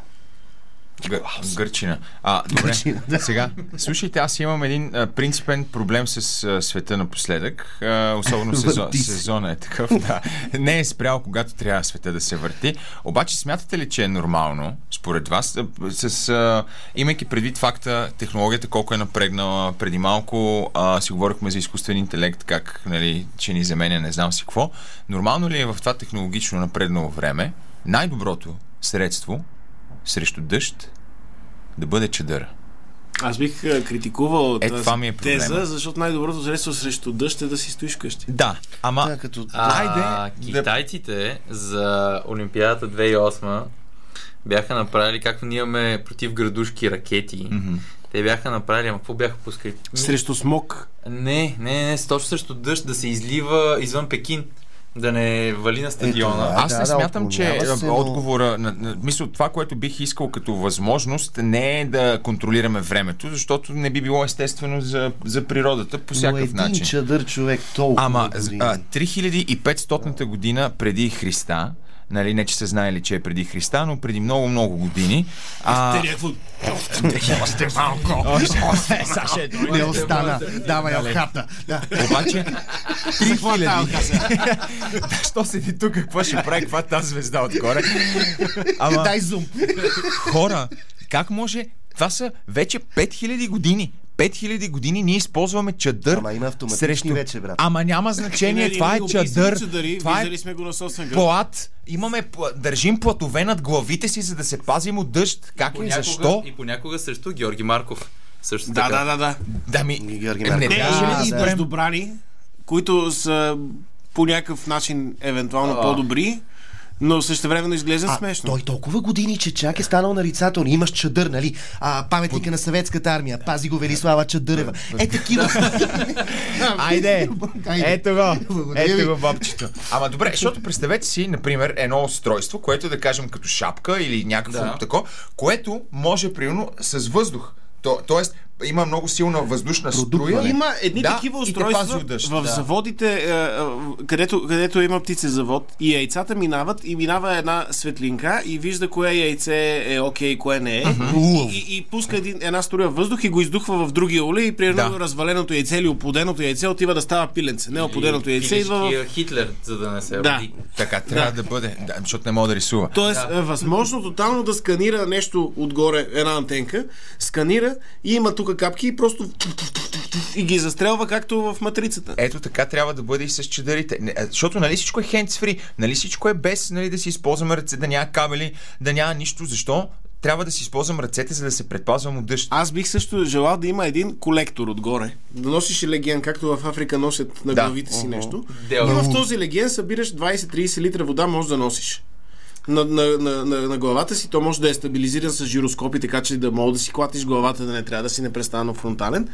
Speaker 3: Гър, гърчина. А, добре.
Speaker 1: Гърчина, да.
Speaker 3: Сега, слушайте, аз имам един а, принципен проблем с а, света напоследък. А, особено сезон,
Speaker 1: Върти се.
Speaker 3: сезона е такъв, да. Не е спрял, когато трябва света да се върти. Обаче, смятате ли, че е нормално, според вас, а, с, а, имайки предвид факта, технологията колко е напрегнала преди малко, а, си говорихме за изкуствен интелект, как, нали, че ни заменя не знам си какво. Нормално ли е в това технологично напреднало време най-доброто средство срещу дъжд да бъде чадъра.
Speaker 2: Аз бих а, критикувал
Speaker 3: Е,
Speaker 2: тази
Speaker 3: това ми е проблема.
Speaker 2: теза, защото най-доброто средство срещу дъжд е да си стоиш вкъщи.
Speaker 3: Да, ама...
Speaker 1: Да, като...
Speaker 5: А,
Speaker 3: Айде, да-
Speaker 5: китайците за Олимпиадата 2008 бяха направили, както ние имаме против градушки ракети,
Speaker 3: Мгм.
Speaker 5: те бяха направили, ама какво бяха пускали?
Speaker 2: Срещу смок.
Speaker 5: Не, не, не, с точно също дъжд да се излива извън Пекин, да не вали на стадиона.
Speaker 1: това е.
Speaker 3: Аз
Speaker 1: да,
Speaker 3: не
Speaker 1: да,
Speaker 3: смятам, че
Speaker 1: отклонява се, но-
Speaker 3: отговора... На, на, мисля, това, което бих искал като възможност, не е да контролираме времето, защото не би било естествено за, за природата по
Speaker 1: Но
Speaker 3: всякакъв
Speaker 1: един
Speaker 3: начин.
Speaker 1: чадър човек е толкова
Speaker 3: Ама
Speaker 1: години.
Speaker 3: а, 3500-та година преди Христа, нали, не че са знаели, че е преди Христа, но преди много-много години... А, Е,
Speaker 2: Те някакво
Speaker 3: още малко! Още, Саше,
Speaker 1: не остана. Давай алхата. Да. е
Speaker 3: Обаче, 3000. Да, Що седи тук, какво ще прави, каква е тази звезда отгоре? Ама,
Speaker 1: Дай зум.
Speaker 3: хора, как може? Това са вече 5000 години. 5000 години ние използваме чадър.
Speaker 1: Ама има автоматични вече, брат.
Speaker 3: Ама няма значение, това е чадър. Това е
Speaker 2: Виждали сме го на собствен гръб.
Speaker 3: плат. Имаме, пла- държим платове над главите си, за да се пазим от дъжд. Как и
Speaker 5: Понякога-
Speaker 3: защо?
Speaker 5: И понякога срещу Георги Марков. Също
Speaker 2: Да,
Speaker 5: така.
Speaker 2: да, да, да.
Speaker 3: Да ми... Е,
Speaker 1: Георги
Speaker 3: Не,
Speaker 1: Марков.
Speaker 2: Те
Speaker 3: Да,
Speaker 2: да,
Speaker 3: да.
Speaker 2: и добрани, които са по някакъв начин евентуално по-добри, но същевременно изглеждат
Speaker 1: А,
Speaker 2: смешно.
Speaker 1: той толкова години, че чак е станал нарицателен. Имаш чадър, нали? А, паметника на съветската армия. Пази го Велислава Чадърева. Е, такива.
Speaker 3: Айде,
Speaker 1: Айде.
Speaker 3: ето го,
Speaker 1: Благодаря ви.
Speaker 3: ето го бабчето. Ама добре, защото представете си, например, едно устройство, което да кажем като шапка или някакво
Speaker 5: Да.
Speaker 3: да. тако, което може примерно с въздух. То, тоест, има много силна въздушна струя.
Speaker 1: Продукване.
Speaker 2: Има едни
Speaker 3: Да,
Speaker 2: такива
Speaker 3: и те пази
Speaker 2: устройства
Speaker 3: от дъжд,
Speaker 2: в
Speaker 3: да.
Speaker 2: заводите, е, е, където, където има птицезавод и яйцата минават и минава една светлинка и вижда кое яйце е окей и кое не е. И, и, и пуска един, една струя въздух и го издухва в другия улей и примерно
Speaker 3: Да.
Speaker 2: разваленото яйце или опуденото яйце отива да става пиленце. Не опуденото яйце идва в...
Speaker 5: Пилешкия Хитлер, за да не се
Speaker 2: Да.
Speaker 5: роди.
Speaker 3: Така трябва да, бъде, да, защото не мога да рисува.
Speaker 2: Тоест, да. възможно тотално да сканира нещо отгоре, една антенка, сканира и има тук капки и просто и ги застрелва както в матрицата.
Speaker 3: Ето така трябва да бъде и с чадърите. Не, а, Защото нали всичко е hands-free, нали всичко е без нали, да си използваме ръце, да няма кабели, да няма нищо. Защо? Трябва да си използвам ръцете, за да се предпазвам от дъжд.
Speaker 2: Аз бих също желал да има един колектор отгоре. Да носиш и леген, както в Африка носят на
Speaker 3: Да.
Speaker 2: главите си нещо.
Speaker 5: Дел.
Speaker 2: И в този леген събираш 20-30 литра вода, може да носиш. На, на, на, на, на главата си то може да е стабилизиран с жироскопи, така че да мога да си клатиш главата, да не трябва да си непрестанно фронтален.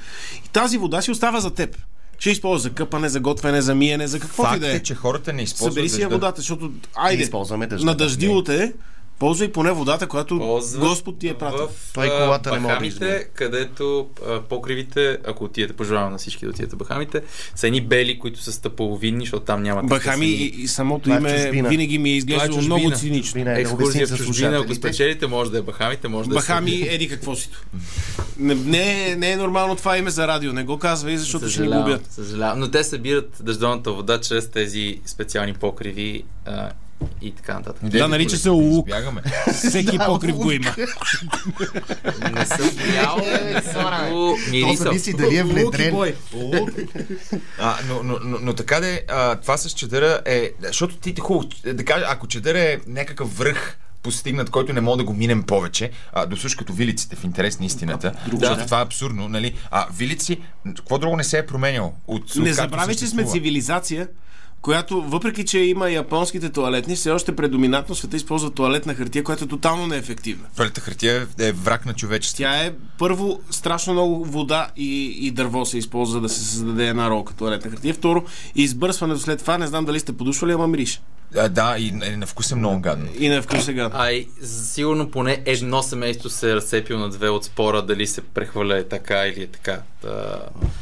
Speaker 2: И тази вода си остава за теб. Ще използваш за къпане, за готвене, за миене, за какво и
Speaker 3: Факт
Speaker 2: да е.
Speaker 3: е, че хората не използват
Speaker 2: Събери си я
Speaker 3: дъжда.
Speaker 2: водата, защото айде,
Speaker 1: използваме дъжда,
Speaker 2: на
Speaker 1: да,
Speaker 2: дъждилото е, Ползвай поне водата, която
Speaker 5: Ползват
Speaker 2: Господ ти е пратил.
Speaker 5: В
Speaker 1: Той
Speaker 5: а,
Speaker 1: колата не може да
Speaker 5: Бахамите,
Speaker 1: измие.
Speaker 5: където а, покривите, ако отидете, пожелавам на всички да отидете в Бахамите, са едни бели, които са стъпаловидни, защото там няма
Speaker 2: Бахами и, и самото
Speaker 1: Това е
Speaker 2: име
Speaker 1: чужбина.
Speaker 2: винаги ми е
Speaker 5: Това
Speaker 2: изглеждало
Speaker 5: е чужбина.
Speaker 2: много цинично.
Speaker 1: Чужбина е да
Speaker 5: екскурзия
Speaker 1: обясним
Speaker 5: в
Speaker 1: за
Speaker 5: чужбина, ако
Speaker 1: слушателите.
Speaker 5: спечелите, може да е Бахамите, може да е
Speaker 2: Бахами,
Speaker 5: Сърбия.
Speaker 2: еди какво си то. Не, не, е- не е нормално това име за радио. Не го казвай, защото ще ни
Speaker 5: Съжалявам,
Speaker 2: губят.
Speaker 5: Съжалявам. Но те събират дъждовната вода чрез тези специални покриви а, и така нататък.
Speaker 3: Идея
Speaker 2: нарича
Speaker 3: колите,
Speaker 2: нали, се лук.
Speaker 3: Избягаме.
Speaker 2: Всеки покрив го има.
Speaker 5: Не съм ял,
Speaker 1: Е,
Speaker 5: не съм го
Speaker 1: То
Speaker 5: мирисал.
Speaker 1: зависи дали е внедрен.
Speaker 3: А, но, но, но, но така де, а, това с чедъра е, защото ти те хубаво, е, да кажа, ако чедъра е някакъв връх, постигнат, който не мога да го минем повече, а, до също като вилиците, в интерес на истината, защото това е абсурдно, нали? А вилици, какво друго не се е променяло? От,
Speaker 2: Не
Speaker 3: откакто
Speaker 2: забравяй, че сме
Speaker 3: съществува?
Speaker 2: цивилизация, която, въпреки че има японските туалетни, все още предоминантно света използва туалетна хартия, която е тотално неефективна.
Speaker 3: Туалетна хартия е враг на човечеството.
Speaker 2: Тя е първо страшно много вода и, и дърво се използва, за да се създаде една ролка туалетна хартия. Второ, избърсването след това, не знам дали сте подушвали, ама мирише.
Speaker 3: А, да, и на- на вкус е много гадно.
Speaker 2: И не вкус сега.
Speaker 5: А и сигурно поне едно семейство се е разцепило на две от спора дали се прехвърля е така или е така. Та...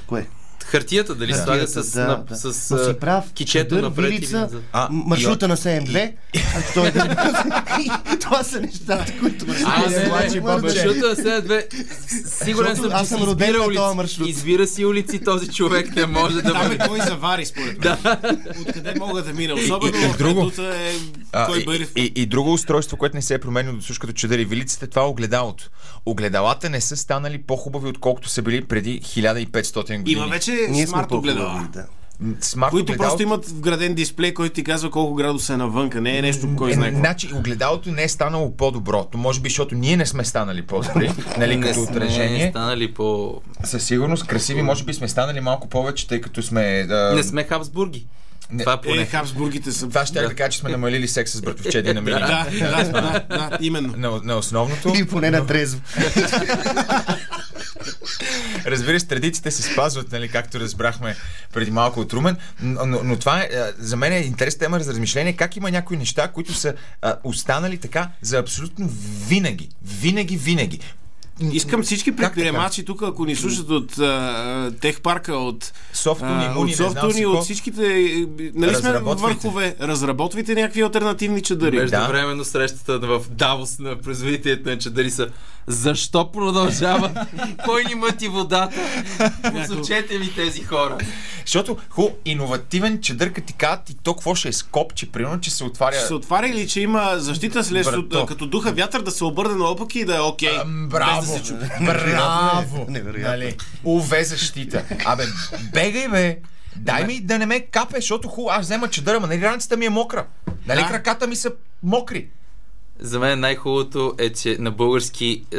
Speaker 1: Кое?
Speaker 5: Хартията дали се слага с,
Speaker 1: да,
Speaker 5: на,
Speaker 1: да.
Speaker 5: с
Speaker 1: Но
Speaker 5: а,
Speaker 1: си прав,
Speaker 5: кичето
Speaker 1: чадър,
Speaker 5: напред или
Speaker 1: вилица,
Speaker 5: назад.
Speaker 3: А,
Speaker 1: м- маршрута на 7-2. а той да- И Това са нещата, които...
Speaker 5: А, не, не,
Speaker 1: Младши
Speaker 5: не,
Speaker 1: бабе.
Speaker 5: маршрута е сега две. Сигурен
Speaker 1: Защото
Speaker 5: съм, че
Speaker 1: аз съм
Speaker 5: си
Speaker 1: роден
Speaker 5: избира
Speaker 1: на
Speaker 5: улици.
Speaker 1: този маршрут.
Speaker 5: Избира си улици, този човек не може да
Speaker 2: Там
Speaker 5: бъде.
Speaker 2: е кой завари, според мен. Откъде мога да мина? Особено
Speaker 3: и
Speaker 2: в
Speaker 3: друго.
Speaker 2: редута е
Speaker 3: А,
Speaker 2: кой
Speaker 3: и,
Speaker 2: бърев.
Speaker 3: и, и друго устройство, което не се е променило до също като чедър и вилиците, това е огледалото. Огледалата не са станали по-хубави, отколкото са били преди 1500 години.
Speaker 2: Има вече
Speaker 1: Ние сме
Speaker 2: е смарт огледала.
Speaker 1: по-хубави, да.
Speaker 3: М, Смарт
Speaker 2: Които
Speaker 3: огледалото-
Speaker 2: просто имат вграден дисплей, който ти казва колко градуса е навънка. Не е нещо, кой
Speaker 3: Е,
Speaker 2: знае какво.
Speaker 3: значи огледалото не е станало по-добро. То може би, защото ние не сме станали по-добри, нали, като отражение.
Speaker 5: станали по...
Speaker 3: Със сигурност красиви, може би сме станали малко повече, тъй като сме... А...
Speaker 5: Не сме Хабсбурги.
Speaker 3: Не.
Speaker 5: Това
Speaker 2: Е,
Speaker 5: поне.
Speaker 2: Хабсбургите са.
Speaker 3: Това ще е да. да кажа, че сме намалили секса с братовчеди на мили.
Speaker 2: Да, да, да, да, именно.
Speaker 3: На, на основното.
Speaker 1: И поне на трезво.
Speaker 3: Разбира се, традициите се спазват, нали, както разбрахме преди малко от Румен, но, но, но това е, а, за мен е интересна тема за размишление, как има някои неща, които са а, останали така за абсолютно винаги, винаги, винаги.
Speaker 2: Искам всички
Speaker 3: така?
Speaker 2: предприемачи тук, ако ни слушат от а, Техпарка, от
Speaker 3: Софтуни,
Speaker 2: а,
Speaker 3: муни,
Speaker 2: от
Speaker 3: не знам си
Speaker 2: софтуни,
Speaker 3: какво.
Speaker 2: от всичките, е, нали сме
Speaker 3: Разработвайте.
Speaker 2: върхове, разработвайте някакви альтернативни чадъри.
Speaker 5: Междувременно срещата в Давос на производителите на чадъри са Защо продължава? Кой ни мъти водата? Посочете ми тези хора.
Speaker 3: Защото, хубаво, иновативен чедърка ти казват и то какво ще е с копче, примерно, че се отваря...
Speaker 2: Ще се отваря или че има защита след
Speaker 3: Брато.
Speaker 2: като духа вятър да се обърне наопаки и да е окей.
Speaker 3: Ам,
Speaker 2: без да
Speaker 3: Браво!
Speaker 2: се чупи. е.
Speaker 3: Браво!
Speaker 1: Невероятно.
Speaker 3: Нали? УВ защита. Абе, бегай, бе! Дай ми да не ме капе, защото хубаво, аз взема чедъра, ма нали раницата ми е мокра? Нали
Speaker 2: Да.
Speaker 3: краката ми са мокри?
Speaker 5: За мен най-хубавото е, че на български е,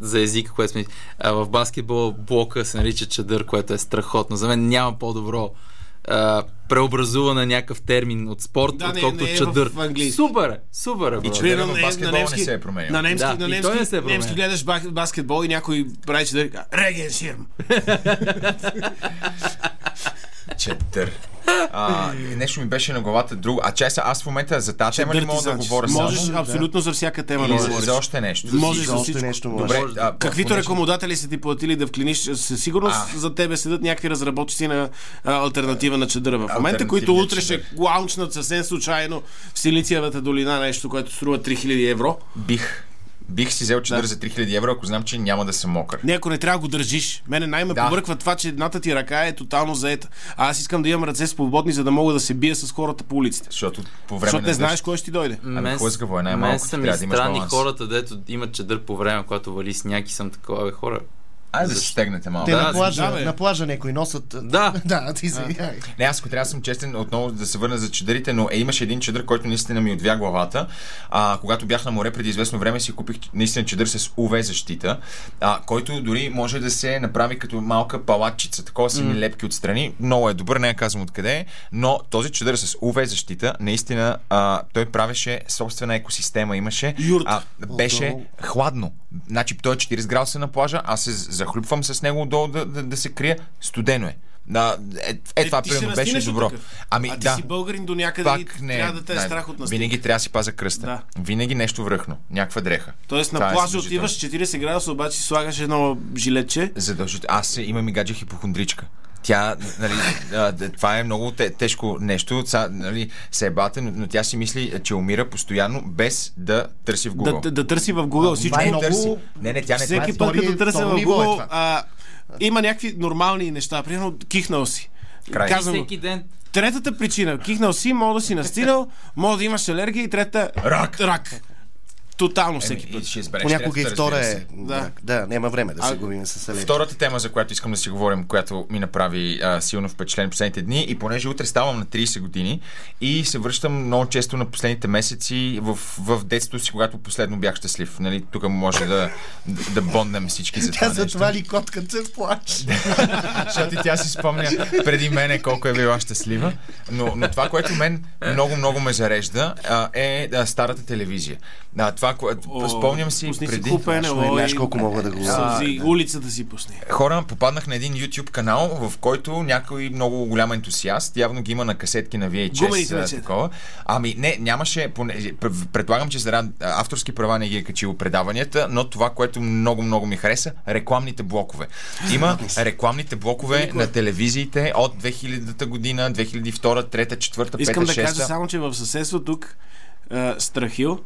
Speaker 5: за език, което сме... А в баскетбол блока се нарича чадър, което е страхотно. За мен няма по-добро а, преобразуване на някакъв термин от спорт,
Speaker 2: Да, не,
Speaker 5: отколкото
Speaker 2: не е
Speaker 5: чадър.
Speaker 2: в английски.
Speaker 5: супер е, супер е, бро.
Speaker 3: че-
Speaker 2: При
Speaker 3: Примерно
Speaker 2: на-
Speaker 3: в баскетбола
Speaker 2: на немски-
Speaker 3: не се е променил.
Speaker 2: На немски,
Speaker 5: Да,
Speaker 2: на
Speaker 5: и той
Speaker 2: немски,
Speaker 5: не се е променил.
Speaker 2: немски гледаш бах- баскетбол и някой прави че да река, Реген Ширм.
Speaker 3: Чедър. А, нещо ми беше на главата друго. А чай сега, аз в момента за тази тема ли
Speaker 2: Дърти
Speaker 3: мога да
Speaker 2: Санчес.
Speaker 3: говоря само?
Speaker 2: значи. Можеш абсолютно за всяка тема да
Speaker 3: Или за,
Speaker 2: говориш.
Speaker 3: за още нещо?
Speaker 2: Можеш
Speaker 1: За
Speaker 2: за
Speaker 1: още
Speaker 2: всичко.
Speaker 1: нещо може.
Speaker 3: Добре, а,
Speaker 2: Каквито
Speaker 3: понеже-
Speaker 2: рекомодатели са ти платили да вклиниш, със сигурност
Speaker 3: А.
Speaker 2: за тебе седат някакви разработчици на а, альтернатива на чадъра в момента, които
Speaker 3: Алтернативния
Speaker 2: утре ще
Speaker 3: чадър.
Speaker 2: лаунчнат съвсем случайно в Силициевата долина нещо, което струва 3000 евро.
Speaker 3: Бих. Бих си взел чедър за 3000 евро, ако знам, че няма да съм мокър.
Speaker 2: Не, ако не трябва да го държиш. Мене най-ме
Speaker 3: Да.
Speaker 2: побърква това, че едната ти ръка е тотално заета. А аз искам да имам ръце свободни, за да мога да се бия с хората по улиците.
Speaker 3: Защото по време
Speaker 2: Защото
Speaker 3: на
Speaker 2: не
Speaker 3: дъжд-
Speaker 2: знаеш кой ще ти дойде.
Speaker 3: Ами,
Speaker 5: Мен с-
Speaker 3: хлъзгаво е най-малкото,
Speaker 5: Мен са ми
Speaker 3: трябва да имаш
Speaker 5: странни
Speaker 3: баланс.
Speaker 5: хората, дето имат чадър по време, когато вали сняг и съм такова, бе, хора.
Speaker 3: Айде да се стегнете малко.
Speaker 1: Те
Speaker 5: Да,
Speaker 1: на плажа,
Speaker 2: да, бе.
Speaker 1: на плажа някои носят... а,
Speaker 5: Да.
Speaker 1: Да, ти извинявай.
Speaker 3: Не, аз ако трябва да съм честен, отново да се върна за чедърите, но е, имаше един чедър, който наистина ми отвя главата. А, когато бях на море преди известно време, си купих наистина чедър с UV защита, а, който дори може да се направи като малка палатчица, такова си mm. лепки отстрани. Много е добър, не я казвам откъде е, но този чедър с UV защита, наистина а, той правеше собствена екосистема, имаше.
Speaker 2: Юрта.
Speaker 3: А, беше хладно. Значи той е 40 градуса на плажа, аз се захлюпвам с него отдолу да, да, да се крия, студено е. Да, е, е, това
Speaker 2: ти ще
Speaker 3: примерно беше
Speaker 2: настигнеш от
Speaker 3: добро.
Speaker 2: такъв.
Speaker 3: Ами
Speaker 2: а ти
Speaker 3: да.
Speaker 2: си българин до някъде
Speaker 3: Пак
Speaker 2: и
Speaker 3: не.
Speaker 2: трябва да те е
Speaker 3: най-
Speaker 2: страх от нас.
Speaker 3: Винаги трябва да си пазя кръста.
Speaker 2: Да.
Speaker 3: Винаги нещо връхно. Някаква дреха.
Speaker 2: Тоест
Speaker 3: Това
Speaker 2: на
Speaker 3: е
Speaker 2: плажа
Speaker 3: задължително.
Speaker 2: отиваш 40 градуса, обаче си слагаш едно жилетче.
Speaker 3: Задължително. Аз имам и гадже хипохондричка. Тя, нали, а, д- това е много те, тежко нещо. Ца, нали, се е бате, но, но тя си мисли, че умира постоянно, без да търси в
Speaker 2: Да,
Speaker 3: Google.
Speaker 2: да, да търси в Google всичко.
Speaker 1: това е
Speaker 3: не
Speaker 1: много-
Speaker 3: търси. Не, не, е тя не
Speaker 2: Всеки
Speaker 3: търси.
Speaker 2: път,
Speaker 1: втори-
Speaker 2: като търся в
Speaker 1: втори ниво е
Speaker 2: Google,
Speaker 1: това.
Speaker 2: а, има някакви нормални неща. Примерно, кихнал си.
Speaker 3: Край.
Speaker 2: Казвам, го.
Speaker 5: Всеки ден.
Speaker 2: третата причина. Кихнал си, мога да си настинал, мога да имаш алергия и трета...
Speaker 3: Рак.
Speaker 2: Рак. Тотално всеки
Speaker 3: Еми,
Speaker 2: път.
Speaker 3: Ще избереш
Speaker 1: Понякога и
Speaker 3: третата,
Speaker 1: втора
Speaker 3: разбира се.
Speaker 1: е. Да. да, няма време да се губим с Елен.
Speaker 3: Втората тема, за която искам да си говорим, която ми направи а, силно впечатление последните дни и понеже утре ставам на 30 години и се връщам много често на последните месеци в, в детството си, когато последно бях щастлив. Нали, тук може да, да бондаме всички за това
Speaker 1: Тя
Speaker 3: нещо.
Speaker 1: затова ли котката се плаче?
Speaker 3: Защото и тя си спомня преди мене колко е била щастлива. Но, но това, което мен много-много ме зарежда, а, е а, старата телевизия. А, това, кое...
Speaker 2: О,
Speaker 3: спомням си
Speaker 2: пусни
Speaker 3: преди...
Speaker 2: купене,
Speaker 1: Точно, не
Speaker 2: ой,
Speaker 1: знаеш колко мога да го
Speaker 2: сълзи, улицата си пусни.
Speaker 3: хора, попаднах на един YouTube канал, в който някой много голям ентусиаст, явно ги има на касетки на
Speaker 2: Гумените
Speaker 3: VHS, а,
Speaker 2: вече.
Speaker 3: такова. Ами не, нямаше, поне, пр- предполагам, че заради а, авторски права не ги е качило предаванията, но това, което много-много ми хареса, рекламните блокове. Има рекламните блокове на телевизиите от 2000-та година, 2002, 3, 4, 5,
Speaker 2: Искам да
Speaker 3: 6.
Speaker 2: кажа само, че в съседство тук а, Страхил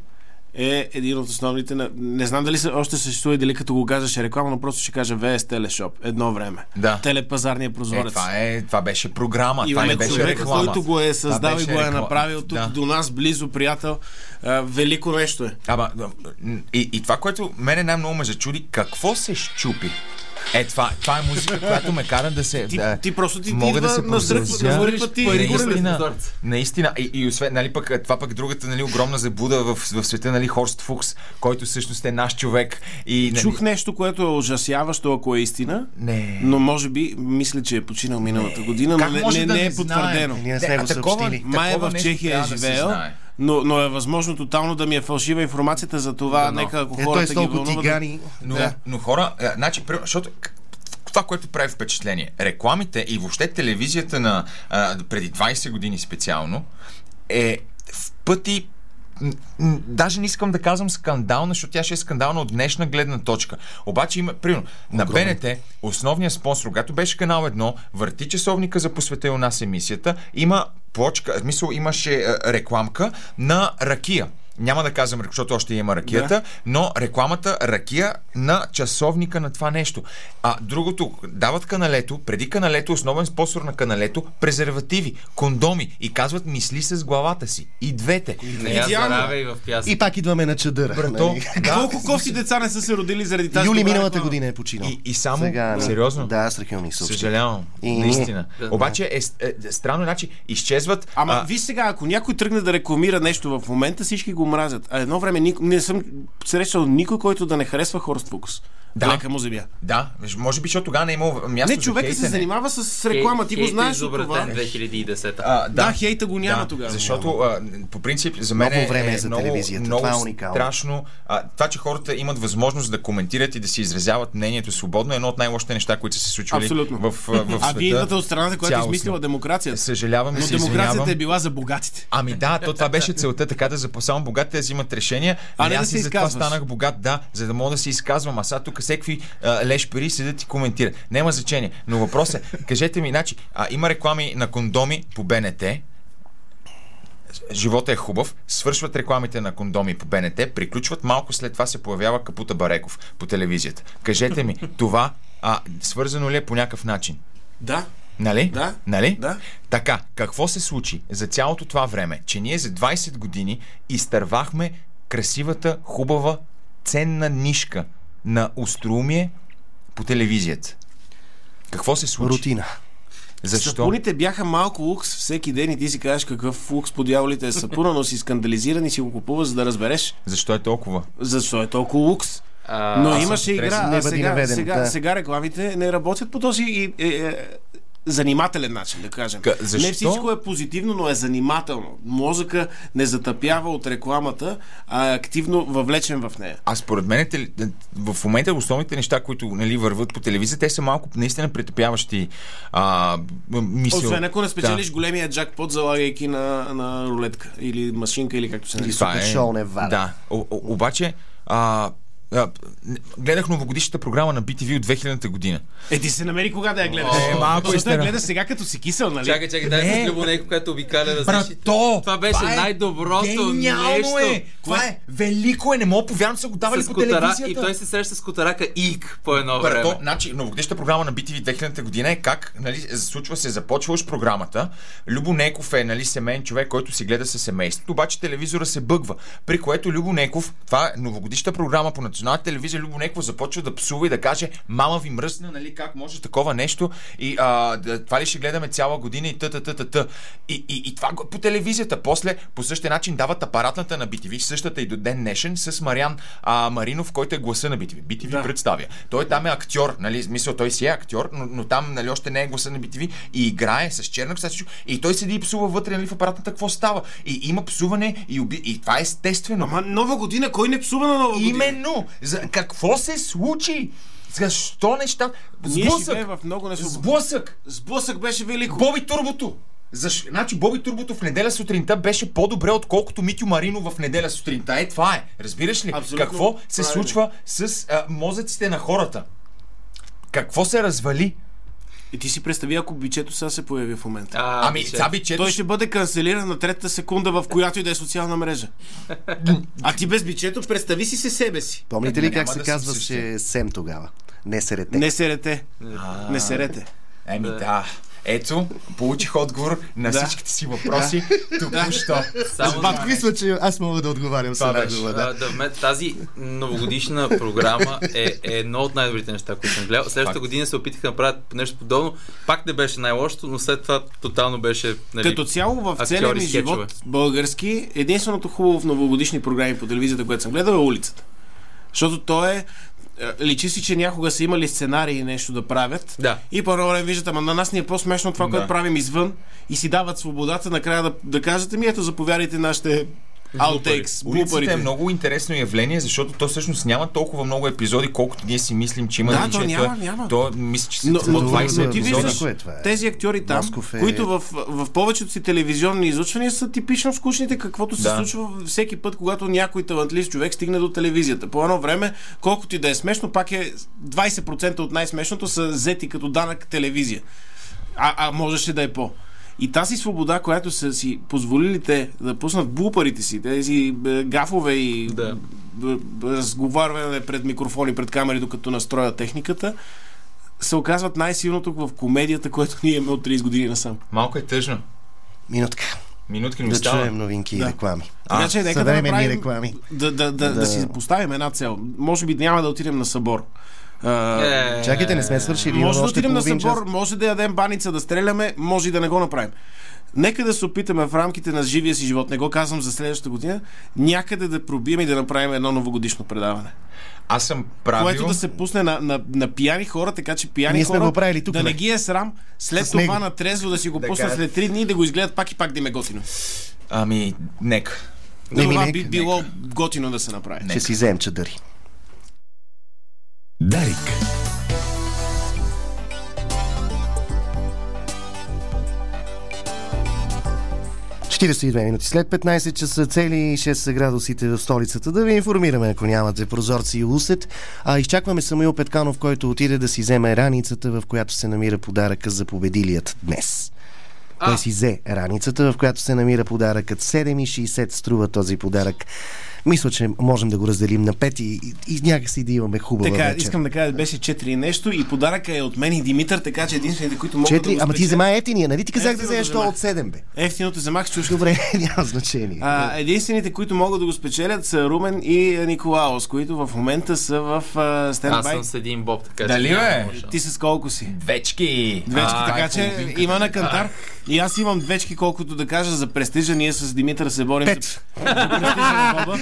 Speaker 2: е един от основните. На... Не знам дали са, още съществува и дали като го кажеш е реклама, но просто ще кажа ВС Телешоп. Едно време.
Speaker 3: Да.
Speaker 2: Телепазарния
Speaker 3: Е,
Speaker 2: прозорец.
Speaker 3: това, е, това беше програма, това не
Speaker 2: Имаме
Speaker 3: беше
Speaker 2: човек,
Speaker 3: реклама.
Speaker 2: който го е
Speaker 3: Това
Speaker 2: създал и
Speaker 3: беше
Speaker 2: го е
Speaker 3: реклама.
Speaker 2: направил тук
Speaker 3: Да.
Speaker 2: до нас, близо, приятел. А, велико нещо е.
Speaker 3: Ама, м, и, и това, което мене най-много ме зачуди, какво се щупи? Е, това, това е музика, която ме кара да се...
Speaker 2: Ти-
Speaker 3: да,
Speaker 2: ти просто ти- ти
Speaker 3: мога да
Speaker 2: идва
Speaker 3: се
Speaker 2: на сръх-
Speaker 3: прозря.
Speaker 2: на сръх пъти. Пари горе
Speaker 5: на
Speaker 3: Наистина,
Speaker 5: прозорца.
Speaker 3: наистина. И, и освен, нали, пък, това пък другата, нали, огромна заблуда в, в света, нали, Хорст Фукс, който всъщност е наш човек. И, нали,
Speaker 2: Чух нещо, което е ужасяващо, ако е истина.
Speaker 3: Не.
Speaker 2: Но може би, мисля, че е починал миналата година, но
Speaker 3: Как
Speaker 2: не,
Speaker 3: може
Speaker 2: не,
Speaker 3: да
Speaker 2: не
Speaker 3: не
Speaker 2: е потвърдено.
Speaker 1: Ние не
Speaker 3: Не,
Speaker 1: сме
Speaker 3: а
Speaker 1: го
Speaker 3: такова-
Speaker 1: съобщили.
Speaker 2: Май
Speaker 3: Такова
Speaker 2: в
Speaker 3: нещо
Speaker 2: Чехия
Speaker 3: трябва
Speaker 2: е
Speaker 3: да се
Speaker 2: живеел,
Speaker 3: знае.
Speaker 2: но, но е възможно тотално да ми е фалшива информацията за това.
Speaker 3: Дано.
Speaker 2: Нека ако
Speaker 1: Ето е
Speaker 2: хората ги
Speaker 1: толкова
Speaker 2: вълнуват... да-
Speaker 1: тигани.
Speaker 3: Но, е.
Speaker 2: Да.
Speaker 3: да. но хора, а, значи, при- защото к- това, което прави впечатление, рекламите и въобще телевизията на а, преди 20 години специално е в пъти м, м, даже не искам да казвам скандална, защото тя ще е скандална от днешна гледна точка. Обаче има, примерно, на БНТ, основният спонсор, когато беше канал 1, върти часовника за посвете у нас емисията, има плочка, в смисъл имаше а, рекламка на ракия. Няма да казвам, защото още има ракията, да. но рекламата ракия на часовника на това нещо. А другото, дават каналето, преди каналето, основен спонсор на каналето, презервативи, кондоми и казват мисли с главата си. И двете.
Speaker 5: Не я
Speaker 2: Идеално.
Speaker 5: заравяй в пясък.
Speaker 1: И пак идваме на чадъра.
Speaker 3: Брато,
Speaker 1: нали?
Speaker 3: да,
Speaker 2: Колко кофти деца не са се родили заради тази
Speaker 1: Юли
Speaker 2: добра
Speaker 1: миналата
Speaker 2: реклама?
Speaker 1: година е починал.
Speaker 3: И- и само-
Speaker 1: не.
Speaker 3: сериозно?
Speaker 1: Да, страхилни съобщи.
Speaker 3: Съжалявам.
Speaker 1: И ние.
Speaker 3: Наистина.
Speaker 5: Да.
Speaker 3: Обаче е, е, е странно, значи изчезват.
Speaker 2: Ама а... виж сега, ако някой тръгне да рекламира нещо в момента, всички го мразят. А едно време ник... не съм срещал никой, който да не харесва Хорст Фукс.
Speaker 3: Да.
Speaker 2: Лека му земя.
Speaker 3: Да, може би, защото тогава не е имало място
Speaker 2: не,
Speaker 3: за
Speaker 2: човека се
Speaker 3: хейтене.
Speaker 2: занимава с с реклама, ти го
Speaker 5: Хейт-
Speaker 2: знаеш
Speaker 5: хейт е
Speaker 2: от
Speaker 5: изобретен
Speaker 2: това.
Speaker 5: 2010.
Speaker 3: А,
Speaker 2: Да, хейта го няма тогава.
Speaker 3: Защото а, по принцип за мен
Speaker 1: Много
Speaker 3: е-
Speaker 1: време
Speaker 3: е,
Speaker 1: е за
Speaker 3: много,
Speaker 1: телевизията.
Speaker 3: Много
Speaker 1: Това е уникално.
Speaker 3: страшно. А, това, че хората имат възможност да коментират и да си изразяват мнението свободно, е едно от най-лошите неща, които са се случвали
Speaker 2: Абсолютно.
Speaker 3: в, в, в
Speaker 2: А
Speaker 3: света.
Speaker 2: вие идвате от страната, която е
Speaker 3: цялостно.
Speaker 2: измислила демокрацията.
Speaker 3: Съжалявам и
Speaker 2: Но
Speaker 3: се
Speaker 2: демокрацията
Speaker 3: извинявам.
Speaker 2: е била за богатите.
Speaker 3: Ами да, то това беше целта, така да запа- само богатите да взимат решения.
Speaker 2: А
Speaker 3: Ами
Speaker 2: не да
Speaker 3: аз
Speaker 2: се
Speaker 3: и за това
Speaker 2: изказваш.
Speaker 3: станах богат, да, за да мога да се изказвам. А сега тук всеки леш пари седят и коментират. Няма значение. Но въпросът е, кажете ми, значи, а, има реклами на кондоми по БНТ. Живота е хубав, свършват рекламите на кондоми по БНТ, приключват, малко след това се появява Капута Бареков по телевизията. Кажете ми, това а, свързано ли е по някакъв начин?
Speaker 2: Да.
Speaker 3: Нали?
Speaker 2: Да.
Speaker 3: Нали?
Speaker 2: Да.
Speaker 3: Така, какво се случи за цялото това време? Че ние за 20 години изтървахме красивата, хубава, ценна нишка на остроумие по телевизията. Какво се случи?
Speaker 1: Рутина.
Speaker 3: Е, Защо?
Speaker 2: Сапуните бяха малко лукс всеки ден и ти си кажеш какъв лукс по дяволите е сапуна, но си скандализиран и си го купуваш, за да разбереш
Speaker 3: Защо е толкова?
Speaker 2: защо е толкова лукс.
Speaker 5: А,
Speaker 2: Но
Speaker 3: аз съм
Speaker 2: имаше игра,
Speaker 3: потресен.
Speaker 1: Не
Speaker 2: а
Speaker 1: бъди
Speaker 2: сега,
Speaker 1: наведен,
Speaker 2: сега,
Speaker 1: да.
Speaker 2: сега рекламите не работят по този... И, е, е, занимателен начин, да кажем.
Speaker 3: Ка- защо?
Speaker 2: Не всичко е позитивно, но е занимателно. Мозъка не затъпява от рекламата, а е активно въвлечен в нея.
Speaker 3: А според мен те- в момента основните неща, които нали, върват по телевизия, те са малко наистина претопяващи а, м- мисъл.
Speaker 2: Освен ако не спечелиш
Speaker 3: Да.
Speaker 2: големия джакпот, залагайки на, на рулетка или машинка или както се нарича.
Speaker 3: Това е,
Speaker 1: Супер шоу Невада.
Speaker 3: Да. О, о, обаче, а, а, н- гледах новогодишната програма на BTV от 2000-та година.
Speaker 2: Е, ти се намери кога да я гледаш.
Speaker 3: Е, малко
Speaker 2: Защото я
Speaker 3: истина.
Speaker 2: гледаш сега като си кисел, нали?
Speaker 5: Чакай, чакай, дай
Speaker 3: Не.
Speaker 5: с Любонейко, което обикаля различните.
Speaker 3: Брато!
Speaker 5: Това беше най-доброто нещо.
Speaker 3: е Гениално е! Това е велико е! Не мога да повярвам, че са го давали
Speaker 5: С
Speaker 3: по
Speaker 5: котара,
Speaker 3: телевизията.
Speaker 5: и той се среща с котарака Ик по едно време.
Speaker 3: Първо, значи, новогодишната програма на BTV 2000-та година е как, нали, случва се, започваш програмата. Любо Неков е, нали, семейен човек, който си гледа със семейството, обаче телевизора се бъгва. При което Любо Неков, това е новогодишната програма по националната телевизия, Любо Неков започва да псува и да каже, мама ви мръсна, нали, как може такова нещо и а, да- това ли ще гледаме цяла година и тата, тата, тата. И, и, и това го- е по телевизията. После по същия начин дават апаратната на BTV, същата и до ден днешен, с Мариан а, Маринов, който е гласа на BTV. BTV да. представя. Той там е актьор, нали, смисъл, той си е актьор, но, но там, нали, още не е гласа на BTV и играе с черна коса, всичко. и той седи и псува вътре, нали, в апаратната, какво става. И има псуване и, уби... и това е естествено.
Speaker 2: Ама нова година, кой не псува на нова година?
Speaker 3: Именно! За... Какво се случи? Защо неща?
Speaker 2: Ние
Speaker 3: Сблъсък!
Speaker 2: живеем в много несвободно.
Speaker 3: Сблъсък!
Speaker 2: Сблъсък беше велико.
Speaker 3: Боби Турбото! Защ... Значи Боби Турбото в неделя сутринта беше по-добре, отколкото Митю Марино в неделя сутринта. Е, това е. Разбираш ли?
Speaker 2: Абсолютно
Speaker 3: Какво се
Speaker 2: правилно.
Speaker 3: случва с а, мозъците на хората? Какво се развали?
Speaker 2: И ти си представи, ако бичето сега се появи в момента.
Speaker 5: А,
Speaker 3: Ами,
Speaker 5: пише.
Speaker 3: това бичето...
Speaker 2: Той ще бъде канцелиран на третата секунда, в която и да е социална мрежа. А ти без бичето, представи си се себе си.
Speaker 1: Помните ли
Speaker 3: Няма
Speaker 1: как
Speaker 3: да
Speaker 1: се
Speaker 3: съм
Speaker 1: казваше Сем тогава? Не СРТ.
Speaker 2: Не серете. Не серете.
Speaker 3: Еми да. Ето, получих отговор на
Speaker 2: Да.
Speaker 3: всичките си въпроси току-що.
Speaker 5: Само да,
Speaker 1: Мисля, че аз мога да отговарям с
Speaker 3: Това
Speaker 1: една
Speaker 3: беше.
Speaker 1: дума. Да.
Speaker 5: да, да, вме- тази новогодишна програма е, е едно от най-добрите неща, които съм гледал. Следващата година се опитаха да направят нещо подобно. Пак не беше най-лошото, но след това тотално беше... Нали,
Speaker 2: Като цяло в целия
Speaker 5: актьори
Speaker 2: ми
Speaker 5: скетчове.
Speaker 2: живот български, единственото хубаво в новогодишни програми по телевизията, което съм гледал е улицата. Защото то е е, Личи си, че някога са имали сценарии и нещо да правят.
Speaker 5: Да.
Speaker 2: И по едно време виждат, ама на нас ни е по-смешно това, което
Speaker 3: Да.
Speaker 2: правим извън. И си дават свободата накрая да, да кажете ми, ето заповядайте нашите outtakes,
Speaker 3: Улицата
Speaker 2: глупарите.
Speaker 3: е много интересно явление, защото то всъщност няма толкова много епизоди, колкото ние си мислим, че има.
Speaker 2: Да,
Speaker 3: нали,
Speaker 2: то
Speaker 3: че
Speaker 2: няма,
Speaker 3: е-
Speaker 2: няма.
Speaker 3: То, мисля, че са
Speaker 2: Но, но, но,
Speaker 1: 20
Speaker 2: но ти
Speaker 1: епизода.
Speaker 2: виждаш
Speaker 1: Кое е това, е?
Speaker 2: тези актьори там,
Speaker 1: Москов е-
Speaker 2: които в, в повечето си телевизионни излъчвания са типично скучните, каквото се
Speaker 3: Да.
Speaker 2: случва всеки път, когато някой талантлив човек стигне до телевизията. По едно време, колкото и да е смешно, пак е 20% от най-смешното са взети като данък телевизия. А, а можеше да е по. И тази свобода, която са си позволили те да пуснат блупарите си, тези бе, гафове и
Speaker 5: Да.
Speaker 2: б- б- разговаряне пред микрофони, пред камери, докато настроя техниката, се оказват най-силното в комедията, което ние имаме от 30 години насам.
Speaker 3: Малко е тъжно.
Speaker 1: Минутка.
Speaker 3: Минутки не
Speaker 1: Да
Speaker 3: остава.
Speaker 1: чуем новинки и
Speaker 2: Да.
Speaker 1: реклами.
Speaker 2: Така че нека да
Speaker 1: съвременни
Speaker 2: направим,
Speaker 1: реклами.
Speaker 2: Да, да, да, да,
Speaker 1: Да.
Speaker 2: си поставим една цел. Може би няма да отидем на събор. А,
Speaker 5: Е,
Speaker 1: Чакайте, не сме свършили.
Speaker 2: Може
Speaker 1: Имаме
Speaker 2: да
Speaker 1: още
Speaker 2: отидем на
Speaker 1: половин час.
Speaker 2: събор, може да ядем баница, да стреляме, може и да не го направим. Нека да се опитаме в рамките на живия си живот, не го казвам за следващата година, някъде да пробием и да направим едно новогодишно предаване.
Speaker 3: Аз съм правил...
Speaker 2: Което да се пусне на, на, на пияни хора, така че пияни
Speaker 1: Ние сме
Speaker 2: хора
Speaker 1: го правили тук,
Speaker 2: да не
Speaker 1: бе.
Speaker 2: ги е срам, след
Speaker 1: С
Speaker 2: това
Speaker 1: него.
Speaker 2: на трезво да си го
Speaker 3: Да
Speaker 2: пуснат
Speaker 3: кажат.
Speaker 2: след 3 дни и да го изгледат пак и пак да им е готино.
Speaker 3: Ами, нека.
Speaker 1: Не, ми,
Speaker 2: това
Speaker 1: нека,
Speaker 2: би било готино да се направи.
Speaker 1: Ще си вземем чадъри.
Speaker 6: Дарик.
Speaker 1: Ще- 42 минути след 15 часа, цели 6 градусите в столицата. Да ви информираме, ако нямате прозорци и усет. А изчакваме Самуил Петканов, който отиде да си вземе раницата, в която се намира подаръка за победилият днес. Той си взе раницата, в която се намира подаръкът. 7,60 струва този подарък. Мисля, че можем да го разделим на 5 и, и, и някакси да имаме хубава
Speaker 2: Така,
Speaker 1: вечер.
Speaker 2: искам да кажа, беше 4 и нещо и подаръка е от мен и Димитър, така че единствените, които могат
Speaker 1: Четири,
Speaker 2: да го
Speaker 1: ама ти
Speaker 2: спечелят-
Speaker 1: взема ефтиния, нали ти казах да
Speaker 2: Ефтиното
Speaker 1: вземеш то
Speaker 2: вземах.
Speaker 1: от 7, бе.
Speaker 2: Ефтиното замах, чуш
Speaker 1: Добре, няма значение.
Speaker 2: А, единствените, които могат да го спечелят са Румен и а, Николаос, които в момента са в а,
Speaker 5: Аз
Speaker 2: стендбай.
Speaker 5: съм с един боб, така че...
Speaker 3: Дали,
Speaker 5: няма
Speaker 3: бе?
Speaker 5: шанс.
Speaker 2: Ти с колко си?
Speaker 3: Вечки!
Speaker 2: Двечки,
Speaker 3: Ай,
Speaker 2: така че
Speaker 3: половинка.
Speaker 2: има на кантар. И аз имам двечки, колкото да кажа за престижа. Ние с Димитър се борим. Пет.
Speaker 3: А той-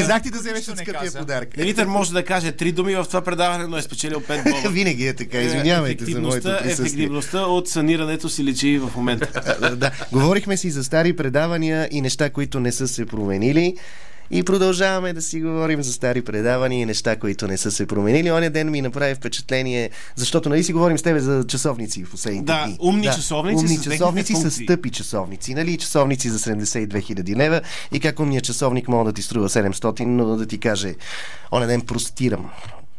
Speaker 1: Казах ти да вземеш
Speaker 3: нищо
Speaker 1: от
Speaker 3: не
Speaker 1: скъпия
Speaker 3: каза.
Speaker 1: подарък.
Speaker 2: Левитър може да каже три думи в това предаване, но е спечелил пет бола.
Speaker 1: Винаги е така. Извинявайте за моето
Speaker 3: е
Speaker 2: Ефективността,
Speaker 1: присъствие.
Speaker 2: ефективността от санирането си личи в момента.
Speaker 1: да. Говорихме си за стари предавания и неща, които не са се променили. И продължаваме да си говорим за стари предавания и неща, които не са се променили. Оня ден ми направи впечатление, защото нали си говорим с тебе за часовници в последните
Speaker 2: Да,
Speaker 1: дни.
Speaker 2: умни часовници
Speaker 1: умни
Speaker 2: с техните
Speaker 1: часовници с
Speaker 2: функции.
Speaker 1: тъпи часовници. Нали? Часовници за 72 000 лева и как умният часовник може да ти струва 700, но да ти каже, оня ден простирам.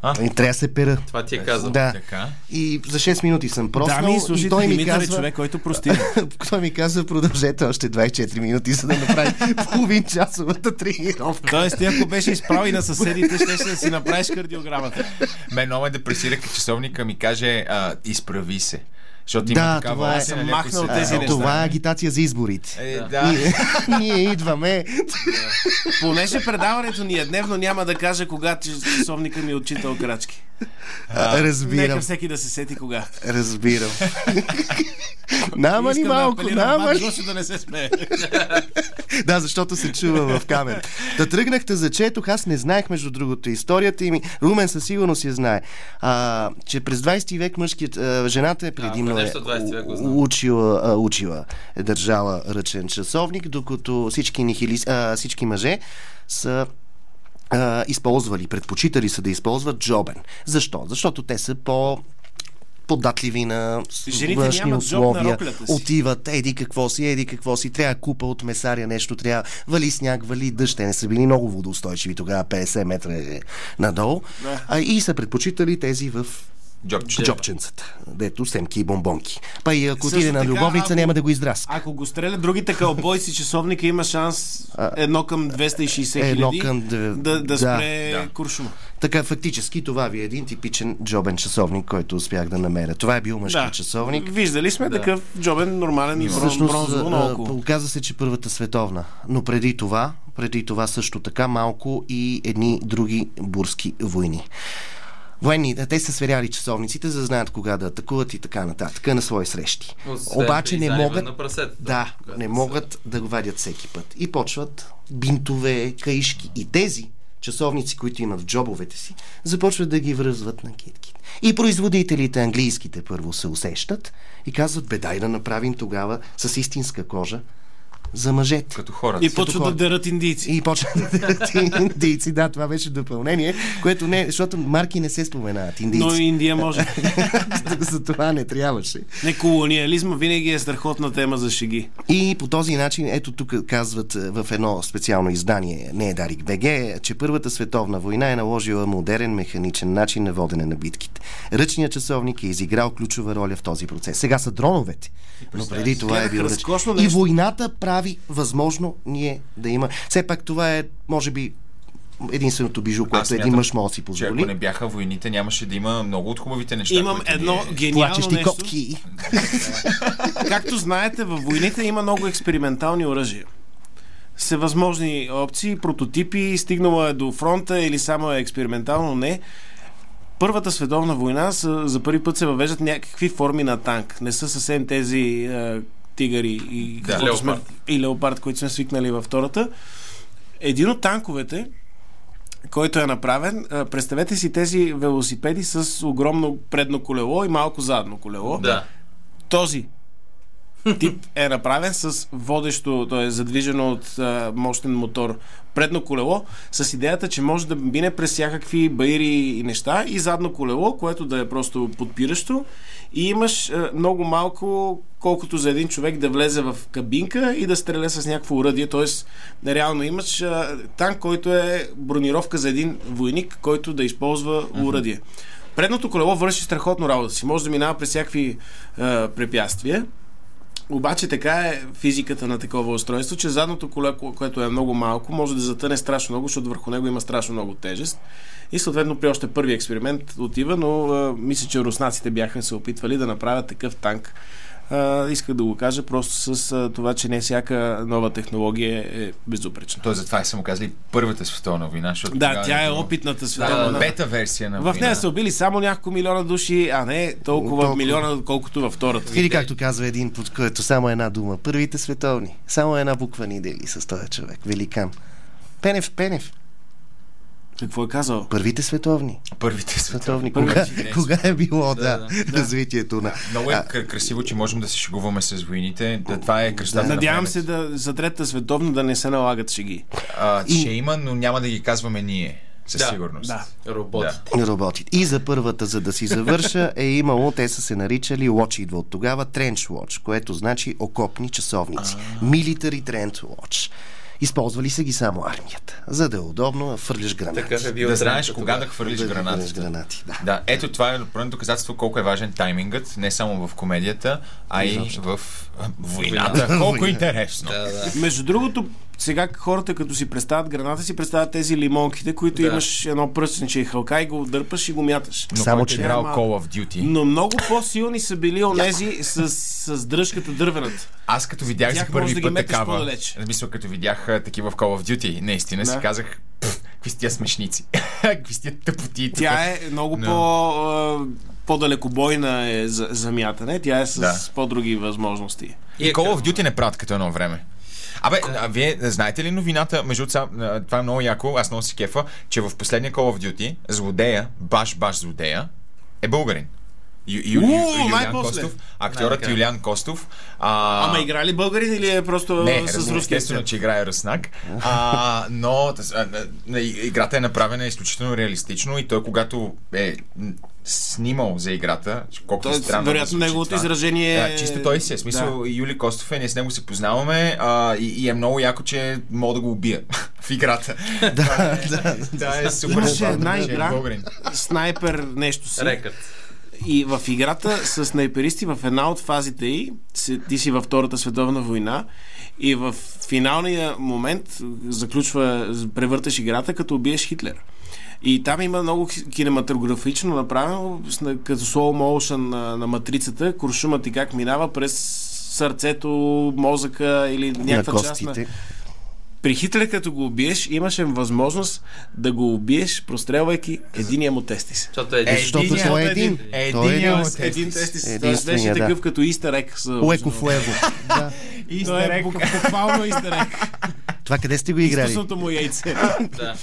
Speaker 3: А?
Speaker 1: И трябва да се пера.
Speaker 5: Това ти е казал.
Speaker 1: Да.
Speaker 3: Така.
Speaker 1: И за 6 минути съм проснал
Speaker 2: Дами и
Speaker 1: и
Speaker 2: служители,
Speaker 1: той ми
Speaker 2: Димитър е
Speaker 1: казва,
Speaker 2: човек, който прости.
Speaker 1: той ми казва, продължете още 24 минути, за да направи половин часовата тренировка.
Speaker 2: Тоест, ти ако беше изправи на съседите, ще, ще си направиш кардиограмата.
Speaker 3: Мен много ме депресира, като часовника ми каже а, изправи се. Защото има
Speaker 1: Да,
Speaker 3: такава нали,
Speaker 1: това е.
Speaker 3: аз съм
Speaker 2: Махнал тези неща.
Speaker 1: Това е агитация за изборите.
Speaker 3: Е, да.
Speaker 1: Ние- Ние идваме.
Speaker 2: Понеже предаването ни е дневно, няма да кажа кога часовника ми е отчитал крачки. Нека
Speaker 1: Разбирам,
Speaker 2: всеки да се сети кога.
Speaker 1: разбирам. Нама ни
Speaker 2: Искам да
Speaker 1: малко,
Speaker 2: апелирам
Speaker 1: нама
Speaker 2: Бат
Speaker 1: ни.
Speaker 2: Гошо да не се смее.
Speaker 1: Да, защото се чува в камера. Та тръгнахте за четох, аз не знаех между другото историята и ми. Румен със сигурност я знае. А, че през 20 век мъжкият, а, жената е предимно
Speaker 5: А,
Speaker 1: е
Speaker 5: нещо 20 век го
Speaker 1: у-
Speaker 5: знам.
Speaker 1: учила, а, учила, е държала ръчен часовник, докато всички, нихили, а, всички мъже са а, използвали, предпочитали са да използват джобен. Защо? Защото те са по податливи на с-
Speaker 2: Жените
Speaker 1: външни
Speaker 2: нямат джоб на
Speaker 1: условия.
Speaker 2: роклята си.
Speaker 1: Отиват, еди какво си, еди какво си, трябва купа от месаря, нещо трябва, вали сняг, вали дъжд. Те не са били много водоустойчиви тогава, 50 метра е надолу. А, и са предпочитали тези в
Speaker 3: Джобче.
Speaker 1: джобченцата, дето семки и бомбонки. Па и ако
Speaker 2: Също
Speaker 1: отиде на
Speaker 2: така,
Speaker 1: любовница,
Speaker 2: ако-
Speaker 1: няма да го издраска.
Speaker 2: Ако го стрелят другите кълбойци, часовника има шанс едно към 260
Speaker 1: Едно
Speaker 2: хиляди
Speaker 1: към две-
Speaker 2: да, да
Speaker 1: да.
Speaker 2: спре куршума.
Speaker 1: Така, фактически това ви е един типичен джобен часовник, който успях да намеря. Това е бил мъжки
Speaker 2: Да.
Speaker 1: часовник.
Speaker 2: Виждали сме такъв джобен, нормален и брон-
Speaker 1: Всъщност,
Speaker 2: бронзово
Speaker 1: а,
Speaker 2: наоколо.
Speaker 1: оказа се, че първата световна. Но преди това, преди това също така малко и едни други бурски войни. Военни, те са сверяли часовниците, за да знаят кога да атакуват и така нататък на свои срещи.
Speaker 5: Освен
Speaker 1: Обаче
Speaker 5: при
Speaker 1: не
Speaker 5: залива
Speaker 1: могат.
Speaker 5: на прасетата,
Speaker 1: Да,
Speaker 5: когато
Speaker 1: не
Speaker 5: са-
Speaker 1: могат да го вадят всеки път. И почват бинтове, каишки. И тези часовници, които имат в джобовете си, започват да ги връзват на китки. И производителите английските първо се усещат и казват, бе, дай да направим тогава с истинска кожа за мъжете.
Speaker 3: Като хората.
Speaker 2: И почват да
Speaker 1: хора.
Speaker 2: дерат индийци.
Speaker 1: И почват да дърят индийци. Да, това беше допълнение, което не, защото марки не се споменават.
Speaker 2: Но
Speaker 1: Индийци.
Speaker 2: Индия може.
Speaker 1: За това не трябваше.
Speaker 2: Не, колониализма винаги е страхотна тема за шеги.
Speaker 1: И по този начин, ето тук казват е, в едно специално издание, не е Дарик БГ, че Първата световна война е наложила модерен механичен начин на водене на битките. Ръчният часовник е изиграл ключова роля в този процес. Сега са дроновете, но преди това е
Speaker 2: Гледах
Speaker 1: бил ръч.
Speaker 2: разкошно
Speaker 1: И
Speaker 2: нещо.
Speaker 1: войната прави възможно ние да има. Все пак това е, може би, единственото бижу, което един
Speaker 3: смятам,
Speaker 1: мъж може да си
Speaker 3: Че
Speaker 1: позволи.
Speaker 3: ако не бяха войните, нямаше да има много от хубавите неща.
Speaker 2: Имам
Speaker 3: които
Speaker 2: едно
Speaker 3: ние-
Speaker 2: гениално
Speaker 1: Плачещи
Speaker 2: нещо.
Speaker 1: котки.
Speaker 2: Както знаете, във войните има много експериментални оръжия. Всевъзможни опции, прототипи, стигнала е до фронта или само е експериментално, не. Първата световна война са, за първи път се въвеждат някакви форми на танк. Не са съвсем тези е, тигъри и,
Speaker 3: Да,
Speaker 2: каквото сме,
Speaker 3: леопард.
Speaker 2: и леопард, които сме свикнали във втората. Един от танковете, който е направен, е, представете си тези велосипеди с огромно предно колело и малко задно колело.
Speaker 5: Да.
Speaker 2: Този тип е направен с водещо, т.е. задвижено от а, мощен мотор предно колело, с идеята, че може да мине през всякакви баири и неща и задно колело, което да е просто подпиращо и имаш а, много малко, колкото за един човек да влезе в кабинка и да стреля с някакво уръдие, т.е. реално имаш а, танк, който е бронировка за един войник, който да използва уръдие. Предното колело върши страхотно работа си. Може да минава през всякакви а, препятствия. Обаче така е физиката на такова устройство, че задното коле, ко- което е много малко, може да затъне страшно много, защото върху него има страшно много тежест. И съответно при още първи експеримент отива, но а, мисля, че руснаците бяха се опитвали да направят такъв танк. А, исках да го кажа просто с а, това, че не всяка нова технология е безупречна.
Speaker 3: Той затова и са му казали първата световна война, защото
Speaker 2: Да,
Speaker 3: тогава
Speaker 2: тя е
Speaker 3: било-
Speaker 2: опитната
Speaker 3: Да,
Speaker 2: световна.
Speaker 3: да,
Speaker 2: Да,
Speaker 3: бета версия на
Speaker 2: в
Speaker 3: война.
Speaker 2: нея са убили само няколко милиона души, а не толкова,
Speaker 1: Толкова.
Speaker 2: милиона, колкото във втората.
Speaker 1: Или както казва един, под който само една дума. Първите световни. Само една буква ни дели с този човек. Великан. Пенев, Пенев.
Speaker 2: Какво е казал?
Speaker 1: Първите световни.
Speaker 3: Първите светове.
Speaker 1: Световни. Кога,
Speaker 3: Първите.
Speaker 1: кога е било, да,
Speaker 5: да,
Speaker 1: развитието на...
Speaker 3: Много е
Speaker 1: А,
Speaker 3: кр- красиво, че можем да се шегуваме с войните. Да, това е кръстата. на
Speaker 2: Надявам
Speaker 3: времето.
Speaker 2: се да, за третата световна да не се налагат шеги.
Speaker 3: А, ще има, но няма да ги казваме ние. Със
Speaker 5: Да,
Speaker 3: сигурност.
Speaker 2: да.
Speaker 5: Роботите.
Speaker 1: работи. И за първата, за да си завърша, е имало, те са се наричали Watch идва от тогава Trench Watch, което значи окопни часовници. Military Trench Watch. Използвали са ги само армията, за да е удобно, фърляш гранати.
Speaker 5: Така е
Speaker 3: Да
Speaker 5: бил Дренчо
Speaker 3: знаеш
Speaker 5: тогава.
Speaker 3: кога да хвърлиш
Speaker 1: Да
Speaker 3: граната.
Speaker 1: фърлиш гранати, да.
Speaker 3: Да, ето това е пълно доказателство колко е важен таймингът, не само в комедията, а и в а, войната. Колко
Speaker 1: Война.
Speaker 3: интересно.
Speaker 5: Да, да.
Speaker 2: Между другото, сега хората, като си представят граната, си представят тези лимонките, които
Speaker 5: Да.
Speaker 2: имаш едно пръстенче и хълка и го дърпаш и го мяташ.
Speaker 3: Но
Speaker 1: Само,
Speaker 3: Само, че
Speaker 1: че-
Speaker 3: е играл Call of Duty.
Speaker 2: Но много по-силни са били онези с, с дръжката дървената.
Speaker 3: Аз като видях за
Speaker 2: Тях може
Speaker 3: първи
Speaker 2: да ги
Speaker 3: път
Speaker 2: метнеш
Speaker 3: такава,
Speaker 2: по-далеч.
Speaker 3: в смисъл като видях а, такива в Call of Duty, наистина си
Speaker 2: Да.
Speaker 3: казах, «Пф, какви сте тия смешници, какви сте тия тъпоти.
Speaker 2: Тя е много
Speaker 3: Да.
Speaker 2: по, а, по-далекобойна е за, за мятане. Тя е с
Speaker 3: Да.
Speaker 2: по-други възможности.
Speaker 3: И Call of Duty не правят като едно време. Абе, а вие знаете ли новината? Между другото, а, това е много яко, аз много си кефа, че в последния Call of Duty злодея, баш, баш злодея, е българин. Ю, ю,
Speaker 2: Уу,
Speaker 3: ю, Юлиан
Speaker 2: най-после.
Speaker 3: Костов, актьорът
Speaker 5: Най-накрая.
Speaker 3: Юлиан Костов. А,
Speaker 2: Ама игра ли българин или е просто
Speaker 3: не,
Speaker 2: с
Speaker 3: разбира,
Speaker 2: руски
Speaker 3: естествено,
Speaker 2: акцент?
Speaker 3: че играе руснак. А, но тъс- а, а, и- играта е направена изключително реалистично и той, когато е м, снимал за играта, колкото
Speaker 2: Тоест,
Speaker 3: Тоест, странно да
Speaker 2: вероятно,
Speaker 3: звучи
Speaker 2: неговото
Speaker 3: това.
Speaker 2: изражение
Speaker 3: Да, чисто той си е. В Смисъл, да. Юли Костов е, ние с него се познаваме а, и, и, е много яко, че мога да го убия в играта.
Speaker 1: Да, да.
Speaker 3: Да, е супер.
Speaker 2: Имаше
Speaker 3: забавно,
Speaker 2: една
Speaker 3: че е
Speaker 2: игра.
Speaker 3: българин.
Speaker 2: Снайпер нещо си.
Speaker 5: Рекът.
Speaker 2: И в играта с снайперисти, в една от фазите й, си- ти си във Втората световна война и в финалния момент заключва, превърташ играта, като убиеш Хитлер. И там има много ки- кинематографично направено, с на- като slow motion на, на матрицата, куршумът ти как минава през сърцето, мозъка или
Speaker 1: На
Speaker 2: някаква част на,
Speaker 1: костите.
Speaker 2: при Хитлер, като го убиеш, имаше възможност да го убиес, прострелвайки единия му тестис.
Speaker 5: Защото е един.
Speaker 1: Защото
Speaker 3: Единият
Speaker 1: той е
Speaker 3: от
Speaker 1: един.
Speaker 3: един.
Speaker 1: Той е
Speaker 3: Единият
Speaker 1: един.
Speaker 3: от
Speaker 2: Един тестис. Той
Speaker 1: Единствения,
Speaker 2: беше
Speaker 1: да.
Speaker 2: такъв като истерек.
Speaker 1: Леко фуево. Да.
Speaker 3: И
Speaker 2: Той е
Speaker 3: Истерек.
Speaker 2: бук- буквално истерек.
Speaker 1: Това къде сте го играли?
Speaker 2: Пуснато му яйце.
Speaker 5: Да.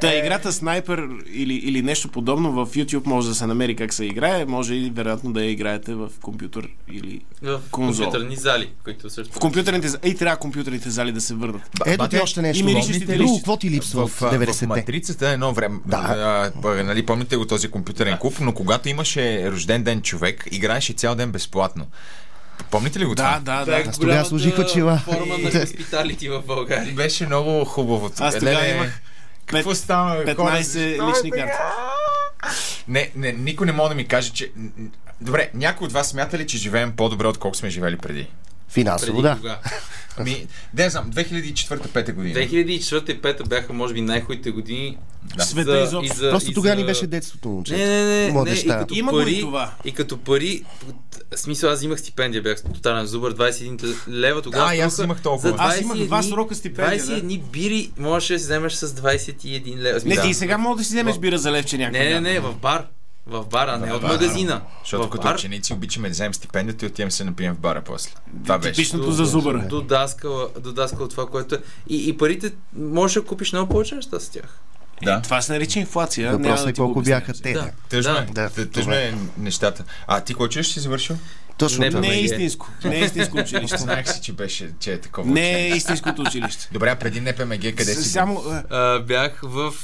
Speaker 2: Та играта Снайпер или, или нещо подобно в YouTube може да се намери как се играе. Може и вероятно да я играете в компютър или...
Speaker 5: В
Speaker 2: Конзол.
Speaker 5: компютърни зали, които също...
Speaker 2: В компютърните... за- Ей, трябва компютърните зали да се върнат.
Speaker 1: Ето ти
Speaker 3: Бате,
Speaker 1: още
Speaker 2: и
Speaker 1: нещо.
Speaker 2: миришещите
Speaker 1: Друго,
Speaker 2: листчета.
Speaker 1: какво ти липсва
Speaker 3: в,
Speaker 1: в
Speaker 3: в, в
Speaker 1: 90-те?
Speaker 3: матрицата е едно време. Да. А, нали, помните го този компютърен клуб, но когато имаше рожден ден човек, играеше цял ден безплатно. Помните ли го това?
Speaker 2: Да, да,
Speaker 5: Това е
Speaker 2: да.
Speaker 1: Аз тогава
Speaker 5: голямата
Speaker 1: служих очила.
Speaker 5: Форма на хоспиталити в България.
Speaker 3: Беше много хубаво. Е,
Speaker 2: Аз тогава имах
Speaker 3: Какво
Speaker 2: пет-
Speaker 3: става? бе, хора?
Speaker 2: 15 лични карти.
Speaker 3: Не, не, никой не може да ми каже, че... Добре, някой от вас смята ли, че живеем по-добре, отколко сме живели преди?
Speaker 1: Финансово,
Speaker 5: Преди
Speaker 1: да.
Speaker 5: кога?
Speaker 3: Ами, да я знам, 2004-2005
Speaker 2: Е.
Speaker 3: година.
Speaker 5: 2004 и 2005 бяха, може би, най-хубавите години.
Speaker 3: Да.
Speaker 2: Света
Speaker 5: за-
Speaker 2: изобщо.
Speaker 5: и за-
Speaker 1: Просто
Speaker 5: и
Speaker 1: тогава
Speaker 5: за-
Speaker 1: ни беше детството, момче.
Speaker 5: Не, не, не, не, и
Speaker 1: Младеща.
Speaker 5: като
Speaker 2: Има го и
Speaker 5: пари,
Speaker 2: това.
Speaker 5: и като пари, в смисъл аз взимах стипендия, бях тотален зубър, 21 лева тогава.
Speaker 3: А, и аз
Speaker 5: струваха
Speaker 3: имах толкова.
Speaker 5: за
Speaker 2: Аз имах
Speaker 5: 21
Speaker 2: два срока стипендия,
Speaker 5: 21 бири можеше да си вземеш с 21 лева.
Speaker 2: Не,
Speaker 5: Смисъл,
Speaker 2: ти и сега мога да си вземеш бира за левче някаква.
Speaker 5: Не, не,
Speaker 2: дата.
Speaker 5: не, в бар. В бара, не от
Speaker 3: бар,
Speaker 5: магазина.
Speaker 3: Защото
Speaker 5: в
Speaker 3: като
Speaker 5: бар,
Speaker 3: ученици обичаме да вземем стипендията и отиваме се напием в бара после. Това беше.
Speaker 2: Типичното за зубъра.
Speaker 5: до даскала, до даскала това, което е. И, и парите можеш да купиш много повече неща с тях.
Speaker 3: Да.
Speaker 2: Това се нарича инфлация.
Speaker 1: Въпросът
Speaker 2: няма да
Speaker 1: е
Speaker 2: ти го
Speaker 1: колко
Speaker 2: обясня.
Speaker 1: бяха те. да.
Speaker 3: Тъжно е.
Speaker 1: Да,
Speaker 3: Тъ- Тъжно
Speaker 1: това
Speaker 3: е нещата. А ти кой чуеш си завършил?
Speaker 1: Точно
Speaker 5: Не,
Speaker 1: това.
Speaker 2: Не е
Speaker 5: Е.
Speaker 2: истинско. Не е истинско училище.
Speaker 3: Знаех си, че беше, че е такова.
Speaker 2: Не е
Speaker 3: учение.
Speaker 2: истинското училище.
Speaker 3: Добре, а преди НПМГ къде си?
Speaker 2: С-
Speaker 3: бил?
Speaker 2: Само е,
Speaker 5: А, бях в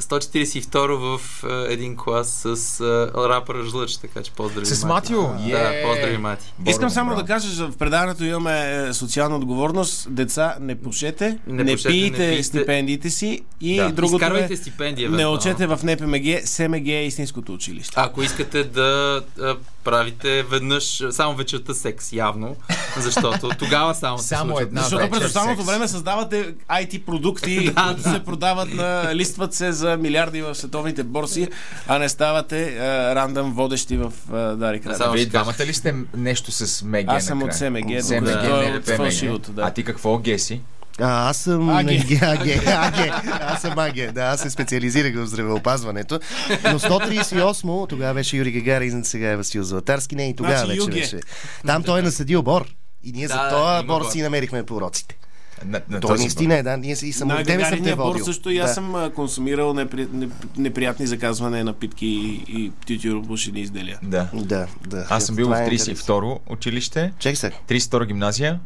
Speaker 5: а, 142 в а, един клас с а, рапъра Жлъч, така че поздрави.
Speaker 3: С
Speaker 5: Мати.
Speaker 3: Матио.
Speaker 5: Да,
Speaker 3: Е.
Speaker 5: поздрави, Мати.
Speaker 3: Боро
Speaker 2: Искам само
Speaker 3: Браво.
Speaker 2: да кажа, че в предаването имаме е, социална отговорност. Деца, не пушете, не,
Speaker 5: Не пушете, не
Speaker 2: пиете
Speaker 5: пийте.
Speaker 2: стипендиите си и
Speaker 3: Да.
Speaker 2: другото е,
Speaker 5: Изкарвайте стипендия.
Speaker 2: не
Speaker 5: евентуално.
Speaker 2: учете в НПМГ, СМГ е истинското училище.
Speaker 5: Ако искате да а, правите веднъж, а, само вечерта секс, явно, защото тогава само се
Speaker 3: Само
Speaker 5: случва.
Speaker 3: една
Speaker 2: Защото
Speaker 3: вечер
Speaker 2: през останалото
Speaker 3: секс.
Speaker 2: време създавате IT продукти,
Speaker 5: Да,
Speaker 2: които се продават на листват се за милиарди в световните борси, а не ставате е, рандъм водещи в е, Дари Кралев.
Speaker 5: Само
Speaker 3: Вие
Speaker 5: ще кажа.
Speaker 3: двамата ли сте нещо с МГ
Speaker 2: Аз съм от
Speaker 3: накрая?
Speaker 2: СМГ,
Speaker 3: От
Speaker 2: докато
Speaker 3: СМГ,
Speaker 2: той е
Speaker 3: не
Speaker 2: от
Speaker 3: ПМГ.
Speaker 2: фалшивото, да.
Speaker 3: А ти какво ге си?
Speaker 1: А, аз съм
Speaker 2: Аге.
Speaker 1: Аге. Аге. Аге. Аз съм Аге. Да, аз се специализирах в здравеопазването. Но 138 тогава беше Юрий Гагарин, сега е Васил Златарски. Не, и тогава
Speaker 2: Значи
Speaker 1: вече
Speaker 2: Юге.
Speaker 1: беше. Там той е насъдил бор. И ние
Speaker 5: Да,
Speaker 1: за
Speaker 5: да,
Speaker 1: този
Speaker 5: има
Speaker 1: бор
Speaker 5: бор.
Speaker 1: си намерихме пороците.
Speaker 3: На, на
Speaker 1: Той
Speaker 3: този
Speaker 1: наистина е, да, ние с- и съм от тебе съм те е
Speaker 2: Най-гарения борт
Speaker 1: водил.
Speaker 2: също и аз
Speaker 1: Да.
Speaker 2: съм а, консумирал непри... неп- неприятни заказване напитки и, и тютюропушени изделия.
Speaker 3: Да.
Speaker 1: Да, да.
Speaker 3: Аз съм бил в
Speaker 1: Това е интересно.
Speaker 3: 32-ро училище,
Speaker 1: Чакай сега.
Speaker 3: 32-ра гимназия,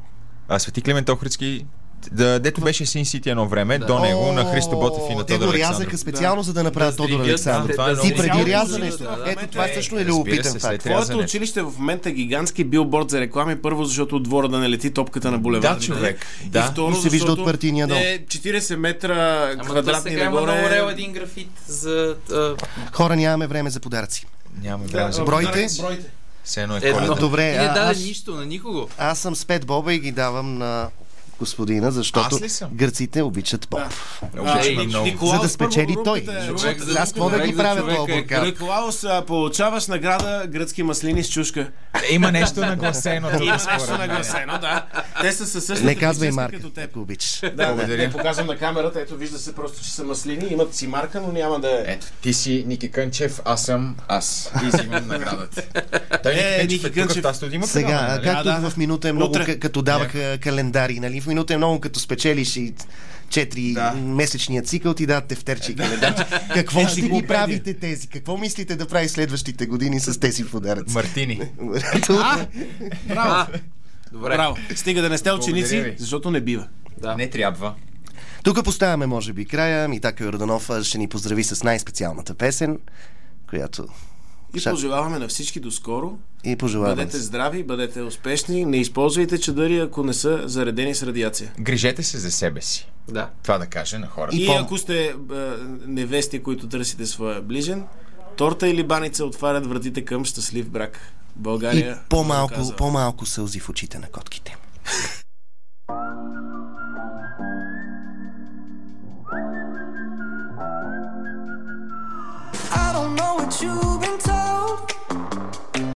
Speaker 3: а, Свети Климент Охридски, да, дето беше Син Сити едно време, до него, на Христо Ботев и на
Speaker 1: Те
Speaker 3: Тодор
Speaker 1: го
Speaker 3: Александров.
Speaker 1: рязаха е специално, за да направят Тодор
Speaker 5: сдвигат
Speaker 1: Александров. Ти
Speaker 3: двете науки.
Speaker 1: преди
Speaker 2: Специално
Speaker 1: рязането.
Speaker 2: за да
Speaker 1: Ето,
Speaker 2: дадем
Speaker 1: това
Speaker 2: те.
Speaker 1: също е
Speaker 3: Разбира
Speaker 1: любопитен
Speaker 3: се, след
Speaker 1: факт.
Speaker 3: рязане.
Speaker 2: Твоето училище в момента е гигантски билборд за реклами. Първо, защото от двора да не лети топката на булеварда.
Speaker 3: Да, човек. Да.
Speaker 2: И второ,
Speaker 1: И се вижда
Speaker 2: защото
Speaker 1: от партийния дом.
Speaker 2: Е 40 метра
Speaker 5: Ама то
Speaker 2: квадратни
Speaker 5: сега има на
Speaker 2: нагоре.
Speaker 5: Орел един графит за... а,
Speaker 1: Хора, нямаме време за подаръци.
Speaker 3: Няма време
Speaker 2: Е,
Speaker 3: за
Speaker 1: Бройте.
Speaker 3: Все едно е
Speaker 5: Едно.
Speaker 3: коледа.
Speaker 1: Добре,
Speaker 5: и не
Speaker 1: а-
Speaker 5: даде
Speaker 1: аз-
Speaker 5: нищо на никого.
Speaker 1: Аз съм с пет боба и ги давам на господина, защото
Speaker 3: Аз ли съм?
Speaker 1: гърците обичат боб.
Speaker 3: Обичаме
Speaker 5: Ей,
Speaker 3: много.
Speaker 1: За
Speaker 2: Николаус,
Speaker 1: да
Speaker 2: първо,
Speaker 1: спечели
Speaker 2: групата
Speaker 1: той.
Speaker 2: е-
Speaker 5: Човек, за
Speaker 1: Аз какво да
Speaker 5: човек
Speaker 1: ги
Speaker 5: за
Speaker 1: правя
Speaker 5: човека
Speaker 1: това
Speaker 5: е
Speaker 1: бурка?
Speaker 5: кръг.
Speaker 2: Николаус, а, получаваш награда гръцки маслини с чушка.
Speaker 3: Е, Има нещо нагласено тук,
Speaker 2: Нещо
Speaker 3: според мен.
Speaker 2: нагласено, да. Те са със същата
Speaker 1: Не казвай
Speaker 2: прическа
Speaker 1: марка,
Speaker 2: като теб.
Speaker 1: ако обичаш.
Speaker 2: Да,
Speaker 3: Благодаря.
Speaker 2: Не, показвам на камерата, ето вижда се просто, че са маслини, имат си марка, но няма да е.
Speaker 3: Ето, ти си Ники Кънчев, аз съм аз. И взимам наградата. Той
Speaker 2: Е,
Speaker 3: Ники
Speaker 2: Ники
Speaker 3: Кънчев е тук
Speaker 2: Кънчев.
Speaker 3: в тази студия. има предаване,
Speaker 1: Сега,
Speaker 3: нали?
Speaker 1: както
Speaker 2: Да, да.
Speaker 1: в минута е много,
Speaker 2: Утре.
Speaker 1: ка- като даваха календари, нали? В минута е много, като спечелиш и 4
Speaker 2: Да.
Speaker 1: месечния цикъл, ти дават тефтерче и календарче. Какво ще ги
Speaker 2: Енциклопедия.
Speaker 1: правите тези? Какво мислите да прави следващите години с тези подаръци?
Speaker 3: Мартини.
Speaker 1: Това-
Speaker 2: Браво!
Speaker 5: Добре.
Speaker 2: Браво! Стига да не сте
Speaker 3: Благодаря
Speaker 2: ученици,
Speaker 3: ви.
Speaker 2: защото не бива.
Speaker 5: Да.
Speaker 3: Не трябва.
Speaker 1: Тук поставяме, може би, края. Митака Йорданов а, ще ни поздрави с най-специалната песен, която
Speaker 2: И
Speaker 1: Ша-
Speaker 2: пожелаваме на всички доскоро.
Speaker 1: и пожелаваме.
Speaker 2: Бъдете здрави, бъдете успешни, не използвайте чадъри, ако не са заредени с радиация.
Speaker 3: Грижете се за себе си.
Speaker 5: Да.
Speaker 3: Това да кажа на хората.
Speaker 2: И
Speaker 1: пом-
Speaker 2: ако сте е, невести, които търсите своя ближен, торта или баница отварят вратите към щастлив брак.
Speaker 1: И
Speaker 2: България.
Speaker 1: по-малко,
Speaker 2: го казва.
Speaker 1: по-малко сълзи в очите на котките.
Speaker 4: I don't know what you've been told.